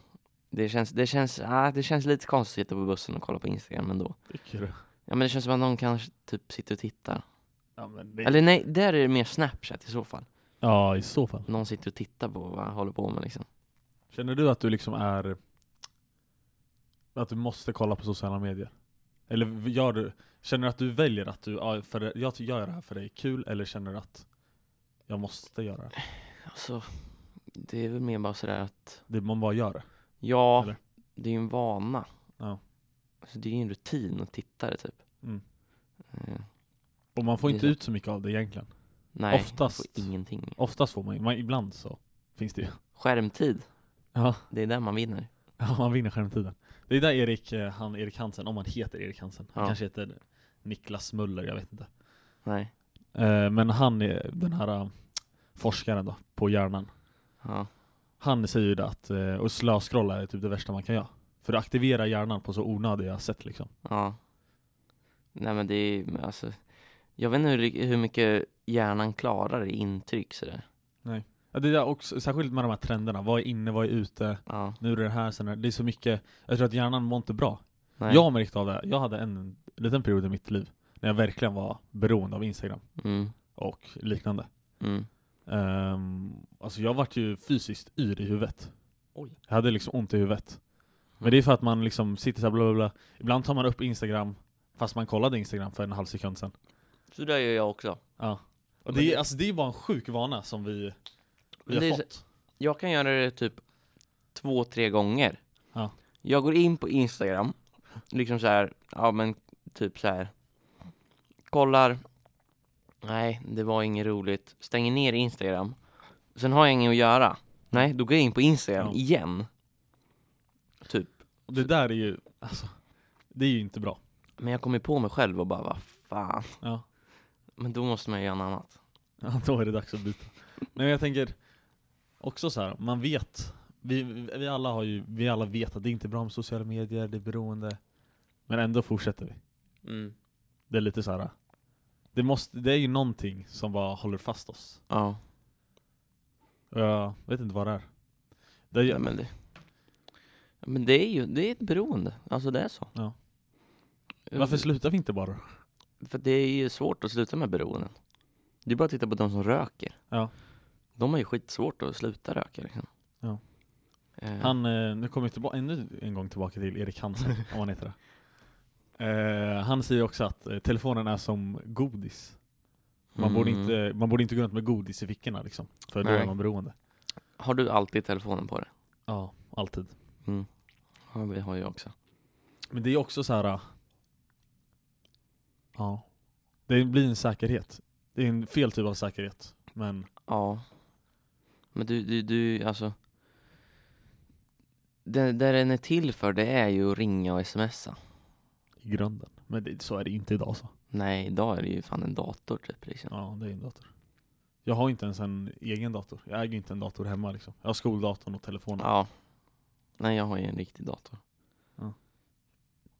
S2: Det känns, det, känns, ah, det känns lite konstigt att sitta på bussen och kolla på Instagram ändå.
S1: Tycker du?
S2: Ja men det känns som att någon kanske typ sitter och tittar.
S1: Ja, men det...
S2: Eller nej, där är det mer Snapchat i så fall.
S1: ja, i så fall.
S2: Någon sitter och tittar på vad han håller på med liksom.
S1: Känner du att du liksom är... Att du måste kolla på sociala medier? Eller gör du... Känner du att du väljer att du, ja, för det, jag gör det här för det är kul, eller känner du att jag måste göra det?
S2: Alltså, det är väl mer bara sådär att,
S1: det man bara gör det.
S2: ja,
S1: Eller?
S2: det är ju en vana.
S1: Ja.
S2: Alltså, det är ju en rutin att titta det typ.
S1: Mm.
S2: Eh,
S1: Och man får
S2: Det är
S1: inte
S2: det.
S1: ut så mycket av det egentligen.
S2: nej,
S1: Oftast.
S2: Får ingenting.
S1: Oftast får man ju, men ibland så finns det ju.
S2: Skärmtid,
S1: Ja,
S2: det är där man vinner.
S1: ja man vinner skärmtiden. Det är där Erik, eh, han Erik Hansen, om han heter Erik Hansen, han
S2: Ja.
S1: kanske heter Niklas Muller, jag vet inte.
S2: Nej,
S1: Eh, Men han är den här eh, forskaren då, på hjärnan.
S2: ja,
S1: Han säger ju det att, eh, och slöskrolla är typ det värsta man kan göra. För det aktiverar hjärnan på så onödiga sätt liksom.
S2: ja. Nej men det är ju, alltså, jag vet inte hur, hur mycket hjärnan klarar i intryck sådär.
S1: Ja, det är också, särskilt med de här trenderna, vad är inne, vad är ute,
S2: Ja,
S1: nu är det det här, sen är det, det är så mycket, jag tror att hjärnan mår inte bra.
S2: nej.
S1: Jag märkte av det, jag hade en liten period i mitt liv när jag verkligen var beroende av Instagram
S2: Mm,
S1: och liknande.
S2: mm.
S1: Um, alltså jag vart ju fysiskt yr i huvudet.
S2: Oj. Mm.
S1: Jag hade liksom ont i huvudet. Men det är för att man liksom sitter såhär bla bla bla. Ibland tar man upp Instagram fast man kollade Instagram för en halv sekund sedan.
S2: Så där gör jag också.
S1: Ja. Och
S2: Men
S1: det, är,
S2: det-
S1: alltså det är bara en sjuk vana som vi, vi
S2: Men det är
S1: har
S2: så-
S1: fått.
S2: Jag kan göra det typ två, tre gånger.
S1: Ja.
S2: Jag går in på Instagram, liksom så här, ja men typ så här. Kollar, nej det var inget roligt, stänger ner Instagram. Sen har jag inget att göra. Nej, då går jag in på Instagram
S1: Ja.
S2: igen. Typ.
S1: Och det där är ju, alltså, det är ju inte bra.
S2: Men jag kommer på mig själv och bara, vad fan.
S1: Ja.
S2: Men då måste man ju göra något annat.
S1: Ja, då är det dags att byta. Nej, men jag tänker också så här, man vet, vi, vi, alla har ju, vi alla vet att det inte är bra med sociala medier, det är beroende. Men ändå fortsätter vi. Mm. Det är lite så här. Det, måste, det är ju någonting som bara håller fast oss.
S2: Ja.
S1: Och Jag vet inte vad det är. Det är
S2: Nej, men det, men det är ju, det är ett beroende. Alltså det är så. Mm.
S1: Ja. varför slutar vi inte bara?
S2: För det är ju svårt att sluta med beroenden. Det är bara att titta på de som röker.
S1: Ja.
S2: De har ju skitsvårt att sluta röka liksom.
S1: Ja.
S2: Eh,
S1: Han, eh, nu kommer jag tillbaka, ännu en gång tillbaka till Erik Hansen, om han heter det. Eh, han säger också att eh, telefonen är som godis. Man, borde
S2: mm.
S1: inte, man borde inte gå runt med godis i fickorna liksom, för då
S2: Nej.
S1: är man beroende.
S2: Har du alltid telefonen på dig?
S1: Ja, alltid.
S2: Ja, det har jag också.
S1: Men det är också så här. äh, Ja. Det blir en säkerhet. Det är en fel typ av säkerhet. Men
S2: Ja. Men du, du, du alltså. Det, det den är till för, det är ju att ringa och smsa.
S1: i grunden. Men det, så är det inte idag så.
S2: Nej, idag är det ju fan en dator typ. Liksom.
S1: Ja, det är en dator. Jag har inte ens en egen dator. Jag äger inte en dator hemma liksom. Jag har skoldatorn och telefonen.
S2: Ja. Nej, jag har ju en riktig dator.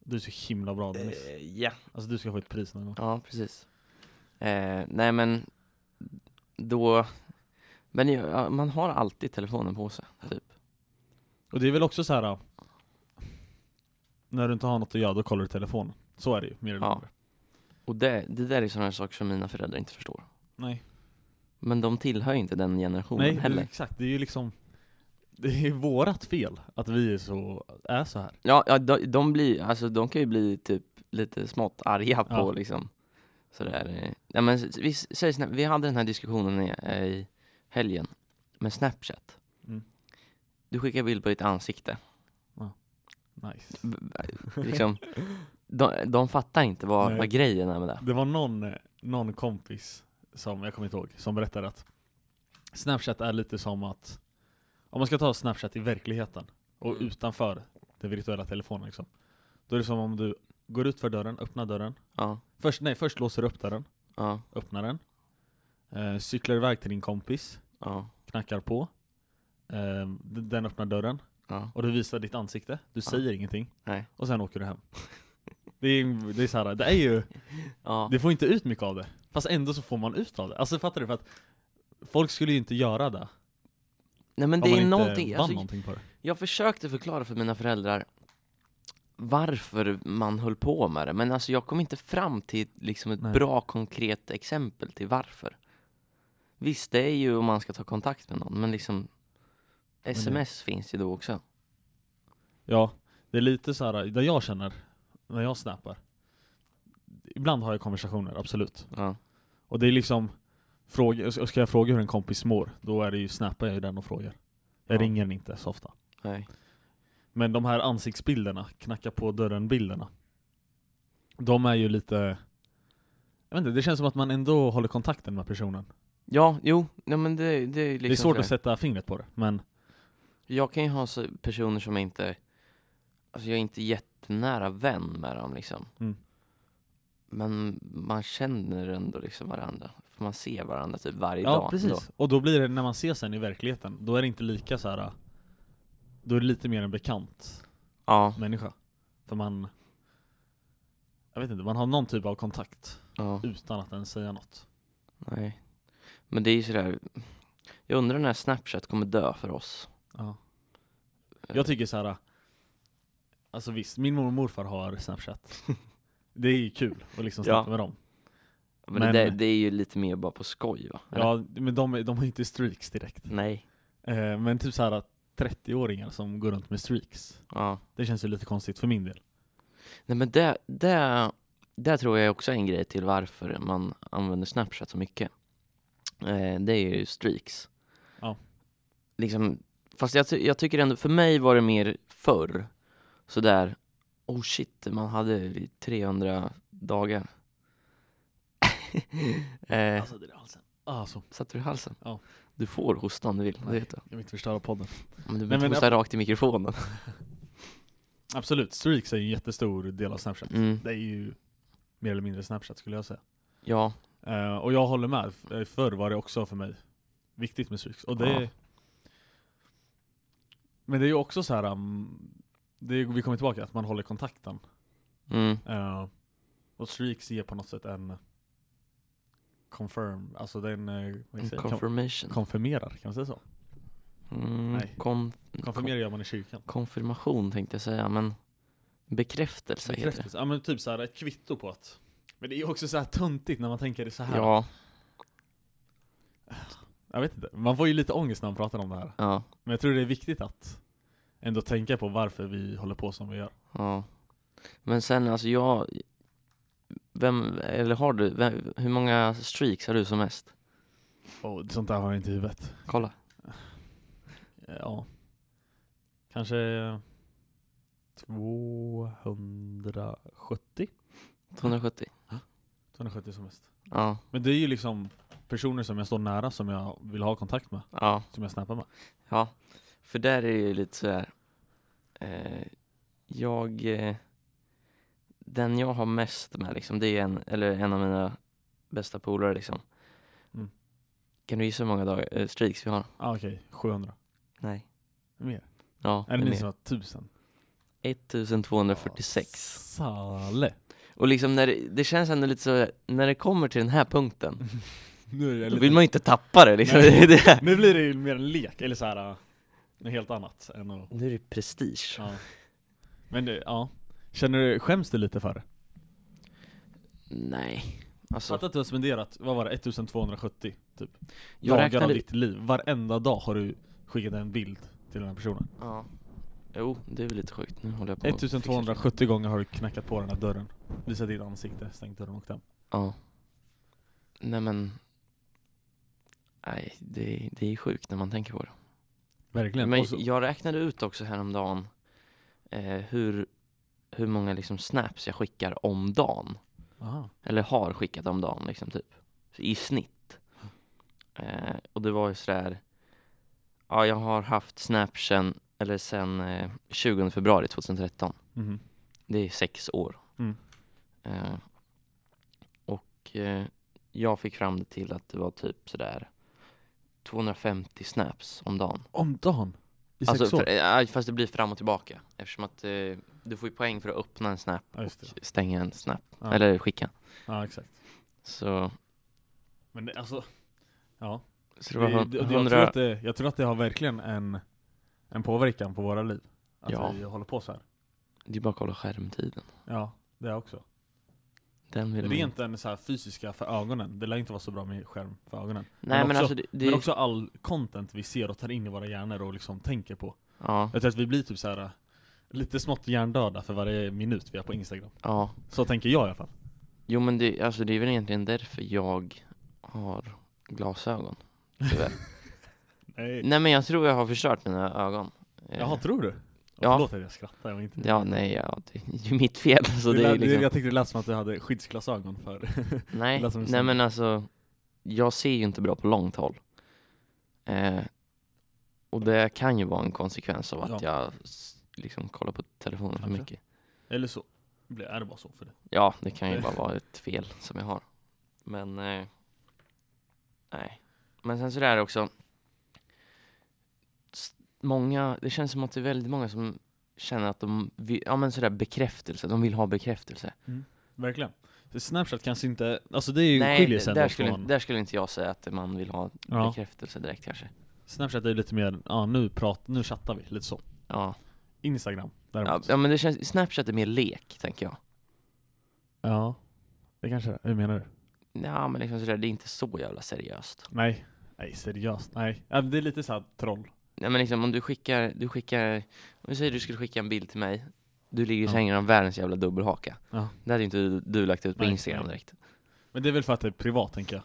S1: Du är så himla bra Dennis.
S2: ja.
S1: Alltså du ska få ett pris någon gång.
S2: Ja, precis. Eh, nej, men då... Men ju- ja, man har alltid telefonen på sig, typ.
S1: Och det är väl också så här. äh, När du inte har något att göra, då kollar du telefonen. Så är det ju, mer eller
S2: Ja.
S1: mindre.
S2: Och det, det där är sådana saker som mina föräldrar inte förstår.
S1: Nej.
S2: Men de tillhör ju inte den generationen
S1: Nej, det,
S2: heller.
S1: exakt. Det är ju liksom Det är ju vårat fel att vi är så, är så här.
S2: Ja, ja de, de, blir, alltså, de kan ju bli typ lite smått arga på
S1: Ja.
S2: liksom sådär. eh. Ja, men, s- vi, s- säg, Snap- vi hade den här diskussionen i, eh, i helgen med Snapchat.
S1: Mm.
S2: Du skickar bild på ditt ansikte.
S1: Nice.
S2: B- b- Liksom, de, de fattar inte vad,
S1: Nej.
S2: vad grejen är med det.
S1: Det var någon, eh, någon kompis som jag kommer inte ihåg, som berättade att Snapchat är lite som att om man ska ta Snapchat i verkligheten och
S2: Mm.
S1: utanför den virtuella telefonen liksom, då är det som om du går ut för dörren, öppnar dörren,
S2: Ja,
S1: först, nej, först låser du upp dörren,
S2: ja,
S1: öppnar den, eh, cyklar iväg till din kompis,
S2: ja,
S1: knackar på, eh, d- den öppnar dörren,
S2: ja.
S1: Och du visar ditt ansikte, du säger ingenting
S2: Nej.
S1: Och sen åker du hem Det är, det är så här, det är ju,
S2: ja.
S1: du får inte ut mycket av det Fast ändå så får man ut av det, alltså fattar du? För att folk skulle ju inte göra det
S2: Nej men
S1: om man
S2: det är
S1: inte
S2: någonting,
S1: vann
S2: alltså,
S1: någonting på det
S2: Jag försökte förklara för mina föräldrar varför man höll på med det, men alltså jag kom inte fram till liksom ett
S1: Nej.
S2: bra konkret exempel till varför. Visst, det är ju om man ska ta kontakt med någon, men liksom sms finns ju då också.
S1: Ja, det är lite så här, där jag känner, när jag snappar Ibland har jag konversationer, absolut
S2: Ja,
S1: Och det är liksom, fråga, och ska jag fråga hur en kompis mår, då är det ju, snappar jag ju den och frågar Jag
S2: Ja.
S1: ringer den inte så ofta
S2: nej.
S1: Men de här ansiktsbilderna, knacka på dörren-bilderna De är ju lite... Jag vet inte, det känns som att man ändå håller kontakten med personen
S2: ja jo, nej, men det, det är liksom
S1: Det är svårt
S2: sådär.
S1: att sätta fingret på det, men
S2: Jag kan ju ha så personer som jag inte, alltså jag är inte jättenära vän med dem liksom.
S1: Mm.
S2: Men man känner ändå liksom varandra, för man ser varandra typ varje dag.
S1: Ja
S2: ändå.
S1: precis, och då blir det, när man ses sen i verkligheten, då är det inte lika så här. Då är det lite mer en bekant
S2: Ja,
S1: människa För man Jag vet inte, man har någon typ av kontakt
S2: ja,
S1: utan att ens säga något
S2: nej. Men det är ju sådär, jag undrar när Snapchat kommer dö för oss.
S1: ja. Eh. Jag tycker så här. Alltså visst, min mormor och morfar har snapchat Det är ju kul att liksom
S2: Ja.
S1: snappa med dem
S2: Men,
S1: men-
S2: Det, där, det är ju lite mer bara på skoj va? Eller?
S1: Ja, men de, är- de har ju inte streaks direkt.
S2: Nej.
S1: Eh, men typ så här att 30-åringar som går runt med streaks.
S2: Ja.
S1: Det känns ju lite konstigt för min del.
S2: Nej men det, det, det tror jag också är en grej till varför man använder Snapchat så mycket. Eh, det är ju streaks.
S1: Ja.
S2: Liksom, fast jag, ty- jag tycker ändå, för mig var det mer förr. Sådär, oh shit, man hade 300 dagar. eh,
S1: Alltså det är halsen. Alltså,
S2: satte du i halsen?
S1: Ja.
S2: Du får hosta om du vill, det
S1: Nej.
S2: vet du.
S1: jag vill inte förstöra podden.
S2: Men du
S1: Nej,
S2: behöver
S1: men
S2: inte hosta rakt i mikrofonen.
S1: Absolut, streaks är ju en jättestor del av Snapchat.
S2: Mm,
S1: Det är ju mer eller mindre Snapchat skulle jag säga.
S2: ja,
S1: Eh, och jag håller med, F- eh, förr var det också för mig viktigt med streaks. Och det
S2: Ja.
S1: Men det är ju också så här, um, det är, vi kommer tillbaka till att man håller kontakten.
S2: mm,
S1: Eh, och streaks ger på något sätt en confirm, alltså den, eh, vad jag säger, kon-
S2: confirmation.
S1: konfirmerar, kan man säga så?
S2: Mm,
S1: Nej.
S2: kon-
S1: Konfirmerar gör man i kyrkan.
S2: konfirmation tänkte jag säga, men bekräftelse, heter
S1: Bekräftelse, ja men typ såhär ett kvitto på att Men det är ju också så här töntigt när man tänker det så
S2: det.
S1: här.
S2: Ja,
S1: Jag vet inte, man får ju lite ångest när man pratar om det här.
S2: ja,
S1: Men jag tror det är viktigt att ändå tänka på varför vi håller på som vi gör.
S2: ja. Men sen alltså jag, vem, eller har du, vem, hur många streaks har du som mest?
S1: Och sånt där har jag inte i huvudet.
S2: Kolla.
S1: Eh, Ja. Kanske 270?
S2: 270?
S1: 270 som mest.
S2: Ja,
S1: Men det är ju liksom personer som jag står nära som jag vill ha kontakt med,
S2: ja,
S1: som jag snappar med.
S2: ja. För där är det ju lite så här. Eh, jag, eh, den jag har mest med liksom, det är en, eller en av mina bästa polare liksom.
S1: Mm.
S2: Kan du gissa hur många dagar, eh, streaks vi har?
S1: Ah, Okej, 700.
S2: Nej.
S1: Mer?
S2: Ja, det
S1: Är
S2: är
S1: det ni
S2: mer.
S1: som har 1000?
S2: 1246.
S1: Ah, Sale.
S2: Och liksom när det, det känns ändå lite så, när det kommer till den här punkten,
S1: Nu, är jag
S2: då
S1: lite...
S2: vill man ju inte tappa det liksom.
S1: Nej.
S2: Det är-
S1: nu blir det ju mer en lek, eller så här, äh, något helt annat än att...
S2: nu är det prestige.
S1: Ja. Men det, ja. Känner du, skäms du lite för det?
S2: Nej. Alltså,
S1: Fatta att du har spenderat, vad var det, 1270 typ?
S2: jag
S1: dagar av
S2: räknade...
S1: ditt liv. Varenda dag har du skickat en bild till den här personen.
S2: Ja. Jo, det är väl lite sjukt. Nu håller jag på och fixar-
S1: 1270 gånger har du knackat på den här dörren. Visat ditt ansikte, stängt dörren och åkt hem.
S2: Ja. Nej men. Nej, det, det är sjukt när man tänker på det.
S1: Verkligen.
S2: Men
S1: Och så,
S2: jag räknade ut också häromdagen eh, hur, hur många liksom snaps jag skickar om dagen.
S1: aha.
S2: Eller har skickat om dagen liksom typ. I snitt. Eh, och det var ju sådär. Ja, jag har haft snaps sen, eller sen eh, 20 februari 2013.
S1: Mhm.
S2: Det är sex år.
S1: Mm.
S2: Eh, och eh, jag fick fram det till att det var typ sådär 250 snaps om dagen.
S1: Om dagen? I
S2: Alltså,
S1: sex år?
S2: för, eh, fast det blir fram och tillbaka eftersom att eh, du får ju poäng för att öppna en snap
S1: Ja, just det.
S2: och stänga en snap.
S1: Ja.
S2: Eller skicka.
S1: Ja, exakt.
S2: Så,
S1: Men det, alltså, ja.
S2: så det
S1: Det, det,
S2: var
S1: det, jag, tror
S2: 100...
S1: att det, jag tror att det har verkligen en, en påverkan på våra liv. Att
S2: Ja.
S1: vi håller på så här.
S2: Det är bara att kolla skärmtiden.
S1: Ja, det också.
S2: Den vill man...
S1: Rent den så här fysiska för ögonen, det lär inte vara så bra med skärm för ögonen.
S2: Nej
S1: men
S2: men,
S1: också-
S2: alltså det, det
S1: Men också all content vi ser och tar in i våra hjärnor och liksom tänker på.
S2: ja,
S1: Jag tror att vi blir typ så här äh, lite smått hjärndöda för varje minut vi är på Instagram.
S2: ja.
S1: Så tänker jag i alla fall.
S2: Jo men det, alltså det är väl egentligen därför jag har glasögon. Tyvärr.
S1: Nej.
S2: Nej men jag tror jag har förstört mina ögon. Mm. Eh,
S1: Jaha, tror du?
S2: Ja.
S1: Ja. Förlåt att jag skrattar, jag var inte...
S2: Ja, nej, ja, det är ju mitt fel. Så
S1: det
S2: det är
S1: lät-
S2: liksom,
S1: Jag tyckte det lät som att du hade skyddsglasögon för...
S2: nej,
S1: lät som en
S2: nej
S1: sån-
S2: men alltså, jag ser ju inte bra på långt håll. Eh, och det kan ju vara en konsekvens av att jag s- liksom kollar på telefonen för
S1: Kanske.
S2: mycket.
S1: Eller så blir- är det bara så för det.
S2: Ja, det kan ju bara vara ett fel som jag har. Men, eh, nej. Men sen så är det också, s- många, det känns som att det är väldigt många som känner att de, vill, ja men sådär bekräftelse, de vill ha bekräftelse.
S1: Verkligen. Så Snapchat kanske inte, alltså det är ju
S2: Nej,
S1: skiljer
S2: d-
S1: sig
S2: där
S1: ändå
S2: skulle,
S1: från...
S2: inte- där skulle inte jag säga att man vill ha
S1: Ja.
S2: bekräftelse direkt kanske.
S1: Snapchat är ju lite mer, ja nu prat, nu chattar vi, lite så.
S2: Ja.
S1: Instagram
S2: Ja,
S1: däremot.
S2: ja, men det känns, Snapchat är mer lek, tänker jag.
S1: Ja, det kanske det är. Hur menar du?
S2: Ja, men liksom sådär, det är inte så jävla seriöst.
S1: Nej. Nej, seriöst. Nej. Ja, Det är lite såhär troll.
S2: Nej, men liksom om du skickar, du skickar, om vi säger du skulle skicka en bild till mig, du ligger i
S1: Ja.
S2: sängen av världens jävla dubbelhaka.
S1: Ja.
S2: Det hade ju inte du, du lagt ut på
S1: Nej,
S2: Instagram
S1: nej.
S2: direkt.
S1: Men det är väl för att det är privat tänker jag.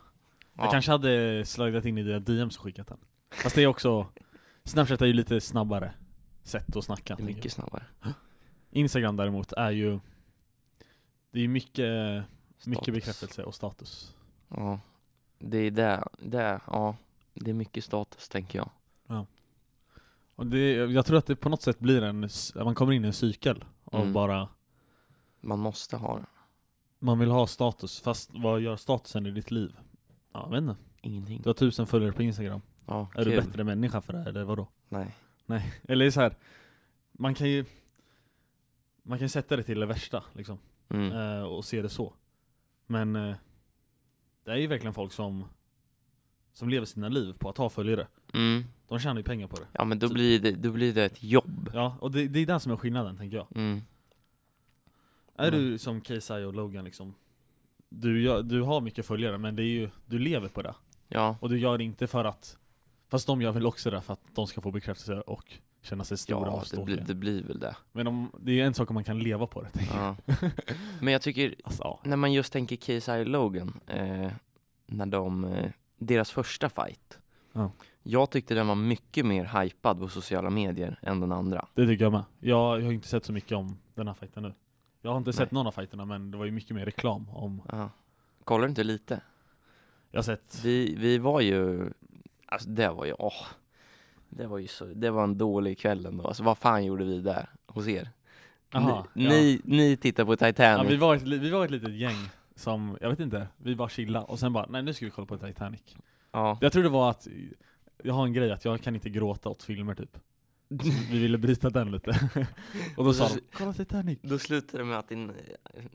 S2: Ja.
S1: Jag kanske hade slidat in i dina DMs och skickat den. Fast det är också, Snapchat är ju lite snabbare sätt att snacka.
S2: Det är
S1: tänker
S2: mycket snabbare.
S1: jag. Instagram däremot är ju, det är ju mycket, mycket
S2: Status.
S1: bekräftelse och status.
S2: Ja. Det är det, det, ja. Det är mycket status, tänker jag.
S1: Och det, jag tror att det på något sätt blir en, s- att man kommer in i en cykel av
S2: Mm.
S1: bara,
S2: Man måste ha
S1: man vill ha status, fast vad gör statusen i ditt liv? Ja, jag vet inte.
S2: ingenting.
S1: Du har tusen följare på Instagram.
S2: Ja,
S1: Är
S2: kul.
S1: du bättre människa för det eller vadå?
S2: Nej.
S1: Eller så här, man kan ju Man kan ju sätta det till det värsta liksom,
S2: Mm.
S1: eh, och se det så Men eh, det är ju verkligen folk som Som lever sina liv på att ha följare
S2: Mm.
S1: De tjänar ju pengar på det
S2: Ja men då
S1: Typ.
S2: blir det, då blir det ett jobb.
S1: Ja, och det, det är där som är skillnaden tänker jag
S2: Mm.
S1: Är
S2: Mm.
S1: du som KSI och Logan liksom du, gör, du har mycket följare men det är ju, du lever på det
S2: Ja,
S1: Och du gör det inte för att Fast de gör väl också det för att de ska få bekräftelse och känna sig stora
S2: ja
S1: och
S2: det,
S1: ståtliga
S2: blir, det blir väl det.
S1: Men om, det är ju en sak om man kan leva på det tänker jag
S2: Ja. Men jag tycker,
S1: Alltså, ja.
S2: när man just tänker KSI och Logan, eh, när de, eh, deras första fight.
S1: Ja.
S2: Jag tyckte den var mycket mer hypad på sociala medier än den andra.
S1: Det tycker jag med. Jag, jag har inte sett så mycket om den här fighten nu. Jag har inte sett
S2: Nej.
S1: någon av fighterna men det var ju mycket mer reklam om...
S2: Ja. Kollar du inte lite?
S1: Jag har sett...
S2: Vi, vi var ju, alltså det var ju, åh. Det var ju så, det var en dålig kväll ändå. Alltså vad fan gjorde vi där hos er?
S1: Aha,
S2: ni,
S1: ja.
S2: ni, ni tittar på
S1: Ja,
S2: Titanic.
S1: vi, var ett, li- vi var ett litet gäng som, jag vet inte, vi bara chillade och sen bara nej nu ska vi kolla på Titanic.
S2: Ja.
S1: Jag tror det var att, jag har en grej att jag kan inte gråta åt filmer typ. Så Vi ville bryta den lite. Och då sa de kolla Titanic.
S2: Då slutade det med att din eh,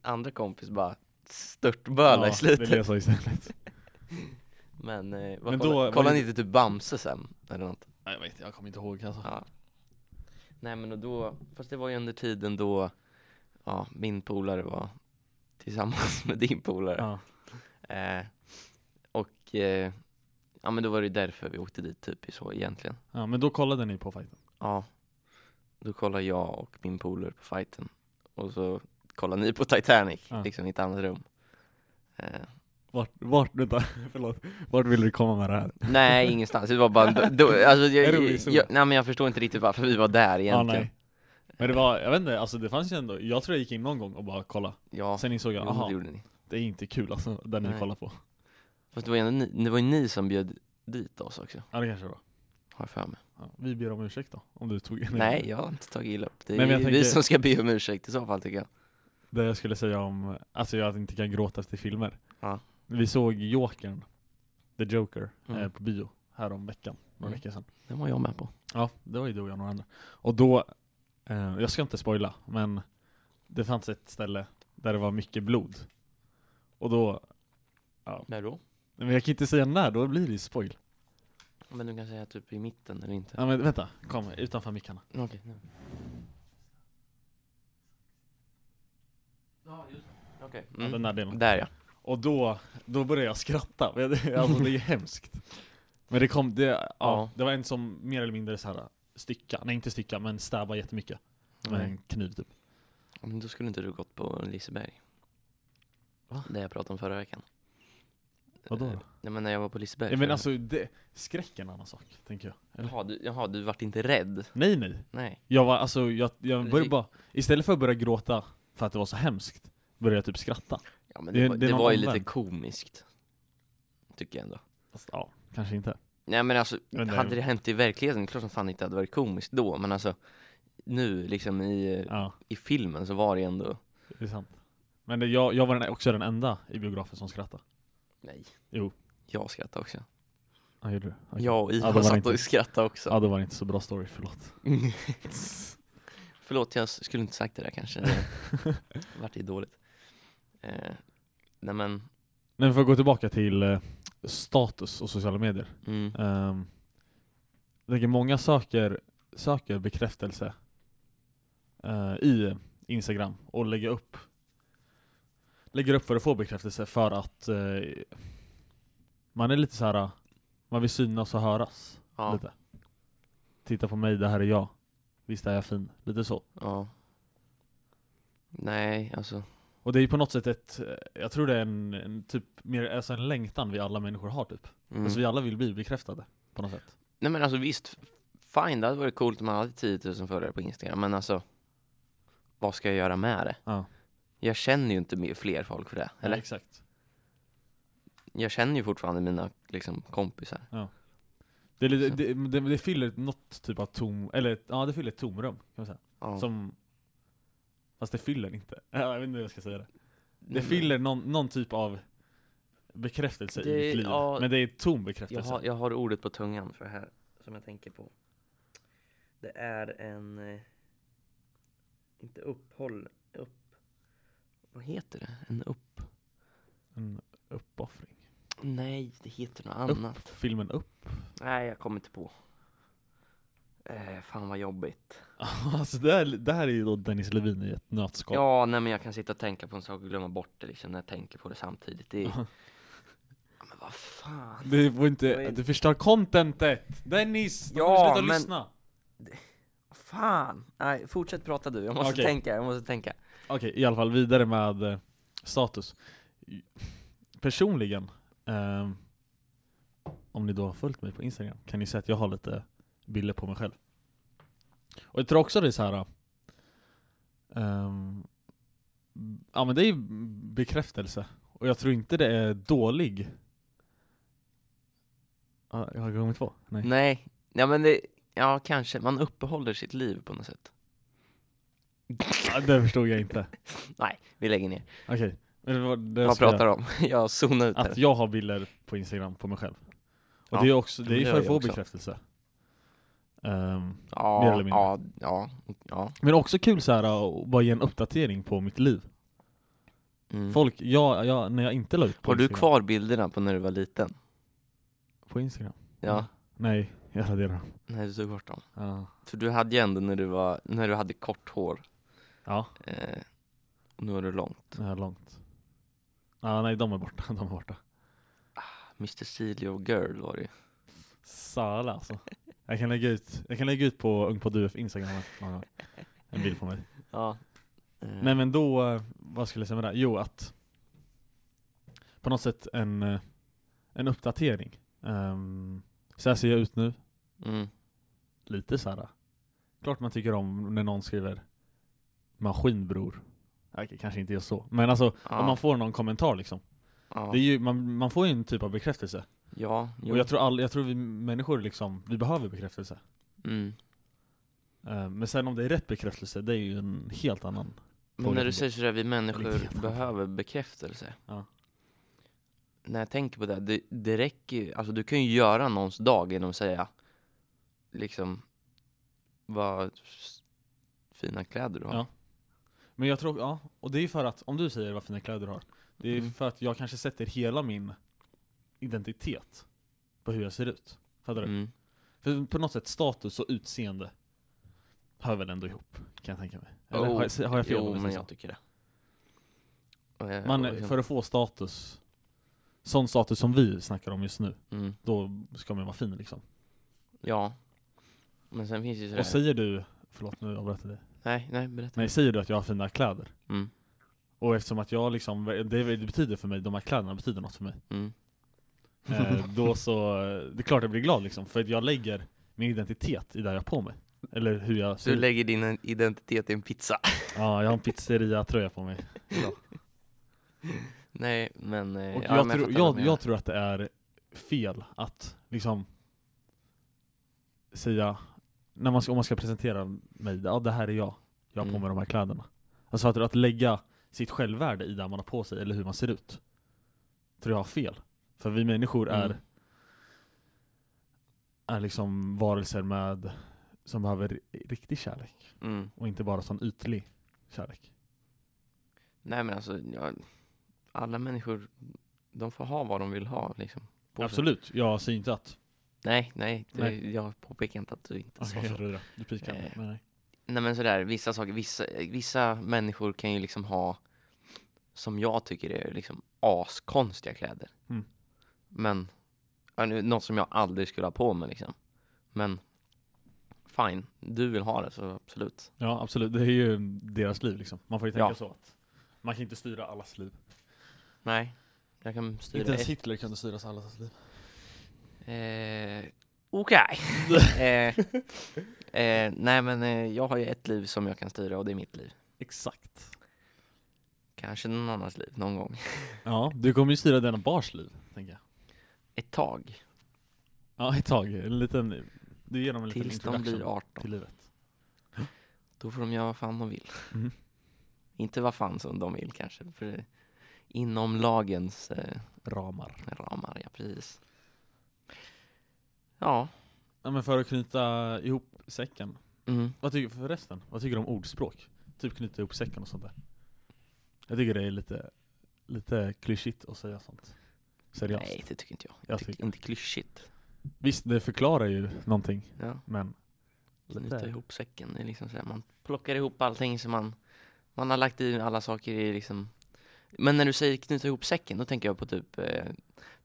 S2: andra kompis bara störtbölade i
S1: det
S2: slutet.
S1: blev så istället.
S2: Men, eh, vad
S1: Men då
S2: kollar,
S1: var
S2: kollar
S1: ju-
S2: ni inte typ Bamse sen? Eller något?
S1: Ja, Jag vet, jag kommer inte ihåg alltså.
S2: Ja. Nej men och då, fast det var ju under tiden då ja, min polare var tillsammans med din polare.
S1: Ja.
S2: Eh, och eh, ja men då var det ju därför vi åkte dit typ i så egentligen.
S1: ja, men då kollade ni på fighten.
S2: Ja. Då kollar jag och min polare på fighten. Och så kollar ni på Titanic,
S1: Ja.
S2: liksom i ett annat rum. Eh,
S1: Vart, vart, vänta, förlåt. Vart ville du komma med det här?
S2: nej, ingenstans. Det var bara en då, alltså,
S1: En
S2: jag,
S1: rolig
S2: jag,
S1: historia.
S2: jag, nej, men jag förstår inte riktigt varför vi var
S1: Ja,
S2: där egentligen.
S1: Ah, nej. Men det var, jag vet inte, alltså det fanns ju ändå, jag tror jag gick in någon gång och bara kolla.
S2: Ja,
S1: Sen insåg jag,
S2: jo, det
S1: aha,
S2: gjorde ni.
S1: det är inte kul alltså, där ni
S2: Nej.
S1: kollar på.
S2: Fast det var, ju ändå ni, det var ju ni som bjöd dit oss också,
S1: Ja det kanske det var.
S2: har jag för mig.
S1: Ja, vi ber om ursäkt då, om du tog
S2: Nej, jag har inte tagit illa upp. Det är
S1: Nej, men jag
S2: ju vi
S1: tänker-
S2: som ska be om ursäkt i så fall tycker jag.
S1: Det jag skulle säga om, alltså jag inte kan gråta till filmer.
S2: Ja.
S1: Vi såg Jokern, The Joker,
S2: Mm.
S1: eh, på bio härom veckan, några
S2: Mm.
S1: veckor sedan.
S2: Den var jag med på.
S1: Ja, det var ju du och jag och några andra. Och då, eh, jag ska inte spoila, men det fanns ett ställe där det var mycket blod. Och då,
S2: När då?
S1: men jag kan inte säga när, då blir det ju spoil.
S2: Men du kan säga typ i mitten eller inte.
S1: Ja men vänta, kom utanför mickarna.
S2: Okej. nu. Ja, just det. Okej.
S1: Ja, Den
S2: Mm.
S1: där delen.
S2: Där ja.
S1: Och då, då började jag skratta, Men det- alltså det är ju hemskt Men det kom, det, ja,
S2: Ja.
S1: det var en som mer eller mindre så här stycka, nej inte stycka men stäba jättemycket med en
S2: Nej.
S1: kniv typ
S2: Ja, Men då skulle inte du gått på Liseberg.
S1: Va?
S2: Det jag pratade om förra veckan.
S1: Vadå då?
S2: Eh, Nej men när jag var på Liseberg.
S1: Ja, men
S2: förra-
S1: alltså det, skräck är en annan sak, tänker jag eller?
S2: Jaha, du, jaha, du vart inte rädd?
S1: Nej nej,
S2: Nej.
S1: jag var alltså, jag, jag började
S2: Det-
S1: bara, istället för att börja gråta för att det var så hemskt Började jag typ skratta
S2: Ja men
S1: Det-
S2: det, var,
S1: det är
S2: det
S1: någon
S2: var ju lite
S1: omvänd.
S2: komiskt. Tycker jag ändå.
S1: Fast ja, kanske inte
S2: Nej men alltså,
S1: Men det-
S2: hade det hänt i verkligheten, det är klart som fan inte hade varit komiskt då, men alltså nu liksom i, eh,
S1: Ja,
S2: i filmen så var det ändå
S1: det är sant Men det, jag, jag var den, också den enda i biografen som skrattade
S2: Nej
S1: Jo.
S2: Jag skrattade också
S1: Ja, gjorde du? Okej.
S2: Jag och
S1: Ja,
S2: Ivan
S1: det var
S2: satt
S1: inte-
S2: och skrattade också
S1: ja, då var det inte så bra story, förlåt
S2: Förlåt, jag skulle inte sagt det där kanske Vart det dåligt eh, Nej men,
S1: Nej, men för att gå tillbaka till eh, status och sociala medier.
S2: mm,
S1: Um, jag tänker många söker, söker bekräftelse eh, i Instagram och lägger upp lägger upp för att få bekräftelse för att eh, man är lite så här. man vill synas och höras
S2: ja,
S1: lite. Titta på mig, det här är jag. Visst är jag fin? Lite så.
S2: ja Nej, alltså,
S1: Och det är ju på något sätt ett, eh, jag tror det är en, en typ mer, alltså en längtan vi alla människor har typ.
S2: mm.
S1: Alltså vi alla vill bli bekräftade på något sätt.
S2: Nej men alltså visst, fine det hade varit coolt om man hade 10 000 följare på Instagram men alltså Vad ska jag göra med det?
S1: Ja.
S2: Jag känner ju inte mer- fler folk för det, eller?
S1: Exakt.
S2: Jag känner ju fortfarande mina liksom, kompisar
S1: Det, är lite,
S2: Så.
S1: det, det, det fyller något typ av tom, eller ja det fyller ett tomrum kan man säga.
S2: ja.
S1: Som, fast det fyller inte. Ja, Jag vet inte hur jag ska säga det.
S2: Nej,
S1: Det
S2: men
S1: fyller någon, någon typ av bekräftelse i
S2: Det-
S1: mitt liv.
S2: ja.
S1: Men det är tom
S2: jag,
S1: bekräftelse.
S2: har, jag har ordet på tungan för det här som jag tänker på Det är en eh, Inte upphåll, upp Vad heter det? En upp?
S1: En uppoffring.
S2: Nej, det heter något annat
S1: Filmen upp.
S2: Nej, jag kommer inte på eh, Fan vad jobbigt
S1: alltså det här, det här är ju då Dennis Levin i ett nötskal.
S2: Ja, nej men jag kan sitta och tänka på en sak och glömma bort det liksom när jag tänker på det samtidigt. Det är...
S1: Ja.
S2: ja, men vad fan.
S1: Det får
S2: Jag
S1: inte,
S2: vet-
S1: du förstör contentet! Dennis! De
S2: Ja,
S1: ja, sluta
S2: men-
S1: lyssna!
S2: Fan. Nej, fortsätt prata du. Jag måste
S1: Okej.
S2: tänka, jag måste tänka.
S1: Okej, i alla fall vidare med eh, status. I- Personligen, ehm, om ni då har följt mig på Instagram, kan ni se att jag har lite bilder på mig själv. Och jag tror också det är så här. eh, ehm, ja men det är ju bekräftelse. Och jag tror inte det är dålig... Ja, jag har kommit på? Nej.
S2: Nej, ja men det, ja kanske. Man uppehåller sitt liv på något sätt.
S1: Ja, Ah, det förstod jag inte.
S2: Vi lägger ner.
S1: Okej. Men det var det jag
S2: Vad
S1: skulle
S2: pratar du om? Jag zonar ut
S1: Att
S2: här.
S1: jag har bilder på Instagram på mig själv. Och
S2: typ Ja,
S1: det är ju också, det är
S2: det
S1: ju
S2: gör
S1: för att
S2: jag
S1: få
S2: också.
S1: bekräftelse. Ehm, mer
S2: Ja,
S1: eller mindre.
S2: ja, ja, ja.
S1: men också kul så här att bara ge en uppdatering på mitt liv.
S2: Mm.
S1: Folk, jag, jag, när jag inte la ut på
S2: Har du
S1: Instagram-
S2: kvar bilderna på när du var liten?
S1: På Instagram? Mm.
S2: Ja.
S1: Nej, jag raderar dem.
S2: Nej, du tog bort dem.
S1: Ja.
S2: För du hade ju ändå när du var, när du hade kort hår.
S1: Ja,
S2: Eh, nu har du långt.
S1: det är långt. Ja, nej, de är borta. De är borta.
S2: Mr Cilio Girl var det ju.
S1: Sala alltså. Jag kan lägga ut, jag kan lägga ut på Ung på Duef Instagram någon gång. En bild på mig.
S2: Ja. Eh,
S1: Nej men då, eh, vad skulle jag säga med det? här? Jo att på något sätt en, eh, en uppdatering. Um, så här ser jag ut nu.
S2: Mm.
S1: Lite så här. eh, Klart man tycker om när någon skriver maskinbror. Okej, kanske inte just så. Men alltså
S2: Ja.
S1: om man får någon kommentar liksom.
S2: ja.
S1: Det är ju, man, man får ju en typ av bekräftelse.
S2: ja. jo.
S1: Och jag tror, all, jag tror vi människor liksom, vi behöver bekräftelse.
S2: Mm.
S1: Eh, men sen om det är rätt bekräftelse, det är ju en helt annan
S2: Men
S1: Fråga
S2: när
S1: till
S2: du
S1: dig.
S2: säger sådär, vi
S1: Lite grann.
S2: människor behöver bekräftelse.
S1: Ja.
S2: När jag tänker på det, det, det räcker ju, alltså du kan ju göra någons dag genom att säga liksom vad s- fina kläder du har.
S1: Ja. Men jag tror, ja, och det är för att, om du säger vad fina kläder du har, det är
S2: Mm.
S1: för att jag kanske sätter hela min identitet på hur jag ser ut. Fattar du?
S2: Mm.
S1: För på något sätt status och utseende hör väl ändå ihop, kan jag tänka mig. Eller
S2: Oh,
S1: har, jag, har jag fel? om
S2: Jo,
S1: jag
S2: men
S1: säger
S2: jag tycker det. Och jag-
S1: så? Man,
S2: och
S1: eh,
S2: liksom-
S1: för att få status, sån status som vi snackar om just nu,
S2: mm.
S1: då ska man vara fin liksom.
S2: Ja. Men sen finns ju sådär,
S1: Och säger du, förlåt nu avbröt jag dig.
S2: nej, nej, berätta.
S1: Nej, säger du att jag har fina kläder?
S2: Mm.
S1: Och eftersom att jag liksom, det, det betyder för mig, de här kläderna betyder något för mig.
S2: Mm.
S1: Eh, då så, eh, det är klart jag blir glad liksom, för att jag lägger min identitet i det jag har på mig. Eller hur jag ser
S2: Du
S1: ut.
S2: lägger din identitet i en pizza.
S1: Ja, jag har en pizzeria-tröja på mig.
S2: nej, men... eh,
S1: Och
S2: ja,
S1: jag,
S2: men
S1: tror,
S2: fattar vad du
S1: jag,
S2: menar.
S1: jag tror att det är fel att liksom säga, när man ska, om man ska presentera mig, ja det här är jag, jag har på
S2: Mm.
S1: mig de här kläderna. Alltså att, att lägga sitt självvärde i det man har på sig, eller hur man ser ut. Tror jag har fel. För vi människor är,
S2: Mm.
S1: är liksom varelser med, som behöver ri- riktig kärlek.
S2: mm.
S1: Och inte bara sån ytlig kärlek.
S2: Nej men alltså, ja, alla människor, de får ha vad de vill ha liksom. på sig.
S1: Absolut, jag säger inte att...
S2: Nej, nej, det,
S1: Nej.
S2: jag påpekar inte att du inte sa
S1: Okej,
S2: så.
S1: du, du pikar.
S2: Eh,
S1: men nej.
S2: Nej men sådär, vissa saker, vissa, vissa människor kan ju liksom ha, som jag tycker är liksom askonstiga kläder.
S1: Mm.
S2: Men, ja, nu- något som jag aldrig skulle ha på mig liksom. Men, fine, du vill ha det så absolut.
S1: Ja absolut, det är ju deras liv liksom. Man får ju tänka
S2: Ja.
S1: så att man kan inte styra allas liv.
S2: Nej, jag kan styra
S1: Inte ens
S2: dig.
S1: Hitler kunde styra allas liv.
S2: Eh, Okej. eh, eh, nej men eh, jag har ju ett liv som jag kan styra och det är mitt liv.
S1: Exakt.
S2: Kanske någon annans liv någon gång.
S1: Ja, du kommer ju styra denna bars liv, tänker jag.
S2: Ett tag.
S1: Ja, ett tag. En liten, du ger dem en liten
S2: Tills de
S1: introduktion
S2: blir 18.
S1: till livet.
S2: Då får de göra vad fan de vill.
S1: Mm.
S2: Inte vad fan som de vill kanske. För det- inom lagens eh,
S1: Ramar.
S2: ramar, ja precis. Ja.
S1: Ja, men för att knyta ihop säcken.
S2: Mm.
S1: Vad tycker, förresten, vad tycker du om ordspråk? Typ knyta ihop säcken och sånt där. Jag tycker det är lite, lite klyschigt att säga sånt. Seriöst.
S2: Nej, det tycker inte jag.
S1: Jag
S2: Tycker
S1: tycker.
S2: Inte klyschigt.
S1: Visst, det förklarar ju någonting,
S2: Ja.
S1: men
S2: Knyta ihop säcken. Det är liksom sådär, man plockar ihop allting som man, man har lagt i alla saker i liksom. Men när du säger knyta ihop säcken, då tänker jag på typ eh,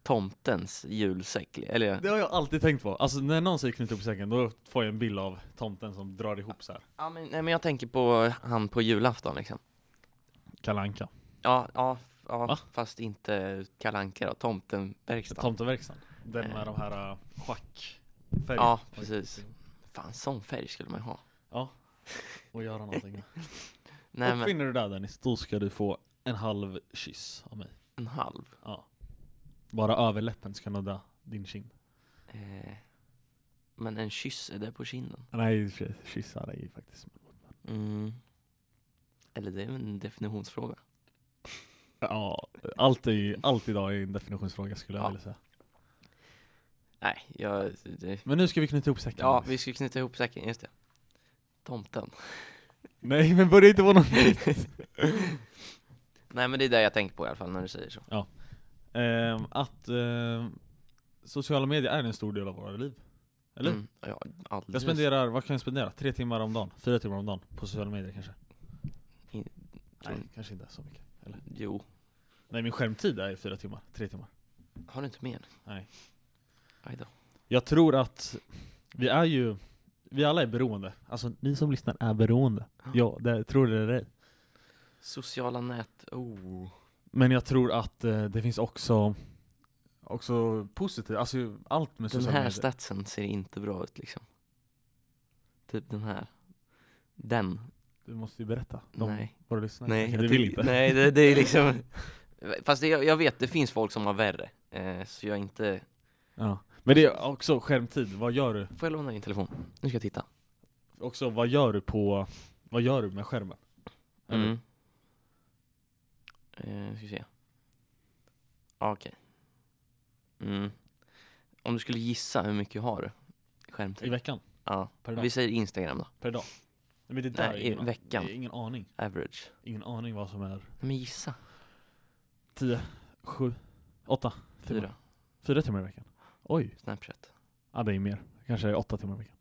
S2: tomtens julsäck. Eller
S1: Det har jag alltid tänkt på. Alltså när någon säger knyta ihop säcken, då får jag en bild av tomten som drar ihop så här.
S2: ja, men, nej, men jag tänker på han på julafton liksom.
S1: Kalanka.
S2: Ja, ja, f- ja
S1: Va?
S2: fast inte Kalle Anka då, tomtenverkstan.
S1: Tomteverkstan. Den med
S2: Eh.
S1: de här uh, schackfärgerna.
S2: Ja, precis. Fan, sån färg skulle man ju ha.
S1: Och göra någonting med.
S2: Nej men,
S1: Uppfinner du det där Dennis, då ska du få en halv kyss av mig.
S2: en halv.
S1: Ja. Bara överläppen ska nudda din kind.
S2: Eh, men en kyss, är det på kinden?
S1: Nej, kyssar är ju faktiskt.
S2: Mm. Eller det är en definitionsfråga.
S1: Ja, allt, är, ju- allt idag är en definitionsfråga skulle jag
S2: Ja.
S1: vilja säga.
S2: Nej, jag... Det,
S1: Men nu ska vi knyta ihop säcken.
S2: ja,
S1: Alex.
S2: vi ska knyta ihop säcken, just det. Tomten.
S1: Nej men börja inte vara någon
S2: Nej men det är det jag tänker på i alla fall när du säger så.
S1: Ehm, Att eh, sociala medier är en stor del av våra liv. Eller?
S2: Mm, ja, alldeles.
S1: Jag spenderar, vad kan jag spendera? Tre timmar om dagen? Fyra timmar om dagen? På sociala medier kanske?
S2: In-
S1: Nej,
S2: tror-
S1: kanske inte så mycket. Eller?
S2: Jo.
S1: Nej min skärmtid är fyra timmar, tre timmar.
S2: Har du inte mer?
S1: Nej.
S2: Aj då.
S1: Jag tror att vi är ju, vi alla är beroende. Alltså ni som lyssnar är beroende. Ja, det tror det eller ej.
S2: Sociala nät, oh.
S1: Men jag tror att eh, det finns också, också positivt, alltså allt med
S2: Den
S1: sociala
S2: här
S1: medier.
S2: statsen ser inte bra ut liksom. Typ den här. Den.
S1: Du måste ju berätta. De,
S2: Nej.
S1: Våra lyssnare.
S2: Nej,
S1: kanske
S2: jag
S1: du vill
S2: tyck-
S1: inte.
S2: Nej, det, det är liksom Fast det, jag, jag vet, det finns folk som har värre eh, Så jag är inte
S1: Ja. Men det är också skärmtid, vad gör du?
S2: Får jag låna din telefon? Nu ska jag titta
S1: Också vad gör du på, vad gör du med skärmen? Eller?
S2: mm. eh, Ska vi se Ja, Okej mm. Om du skulle gissa, hur mycket har du?
S1: I
S2: Skärmtid?
S1: veckan?
S2: Ja,
S1: Per dag?
S2: vi säger Instagram då
S1: Per dag? Nej, men det där
S2: Nej,
S1: är
S2: i
S1: ingen,
S2: veckan.
S1: det är ingen aning.
S2: Average
S1: Ingen aning vad som är
S2: Nej men gissa
S1: 10, 7, 8,
S2: Fyra
S1: 4 timmar i veckan. Oj,
S2: Snapchat
S1: ja, det är mer. Kanske 8 timmar i veckan.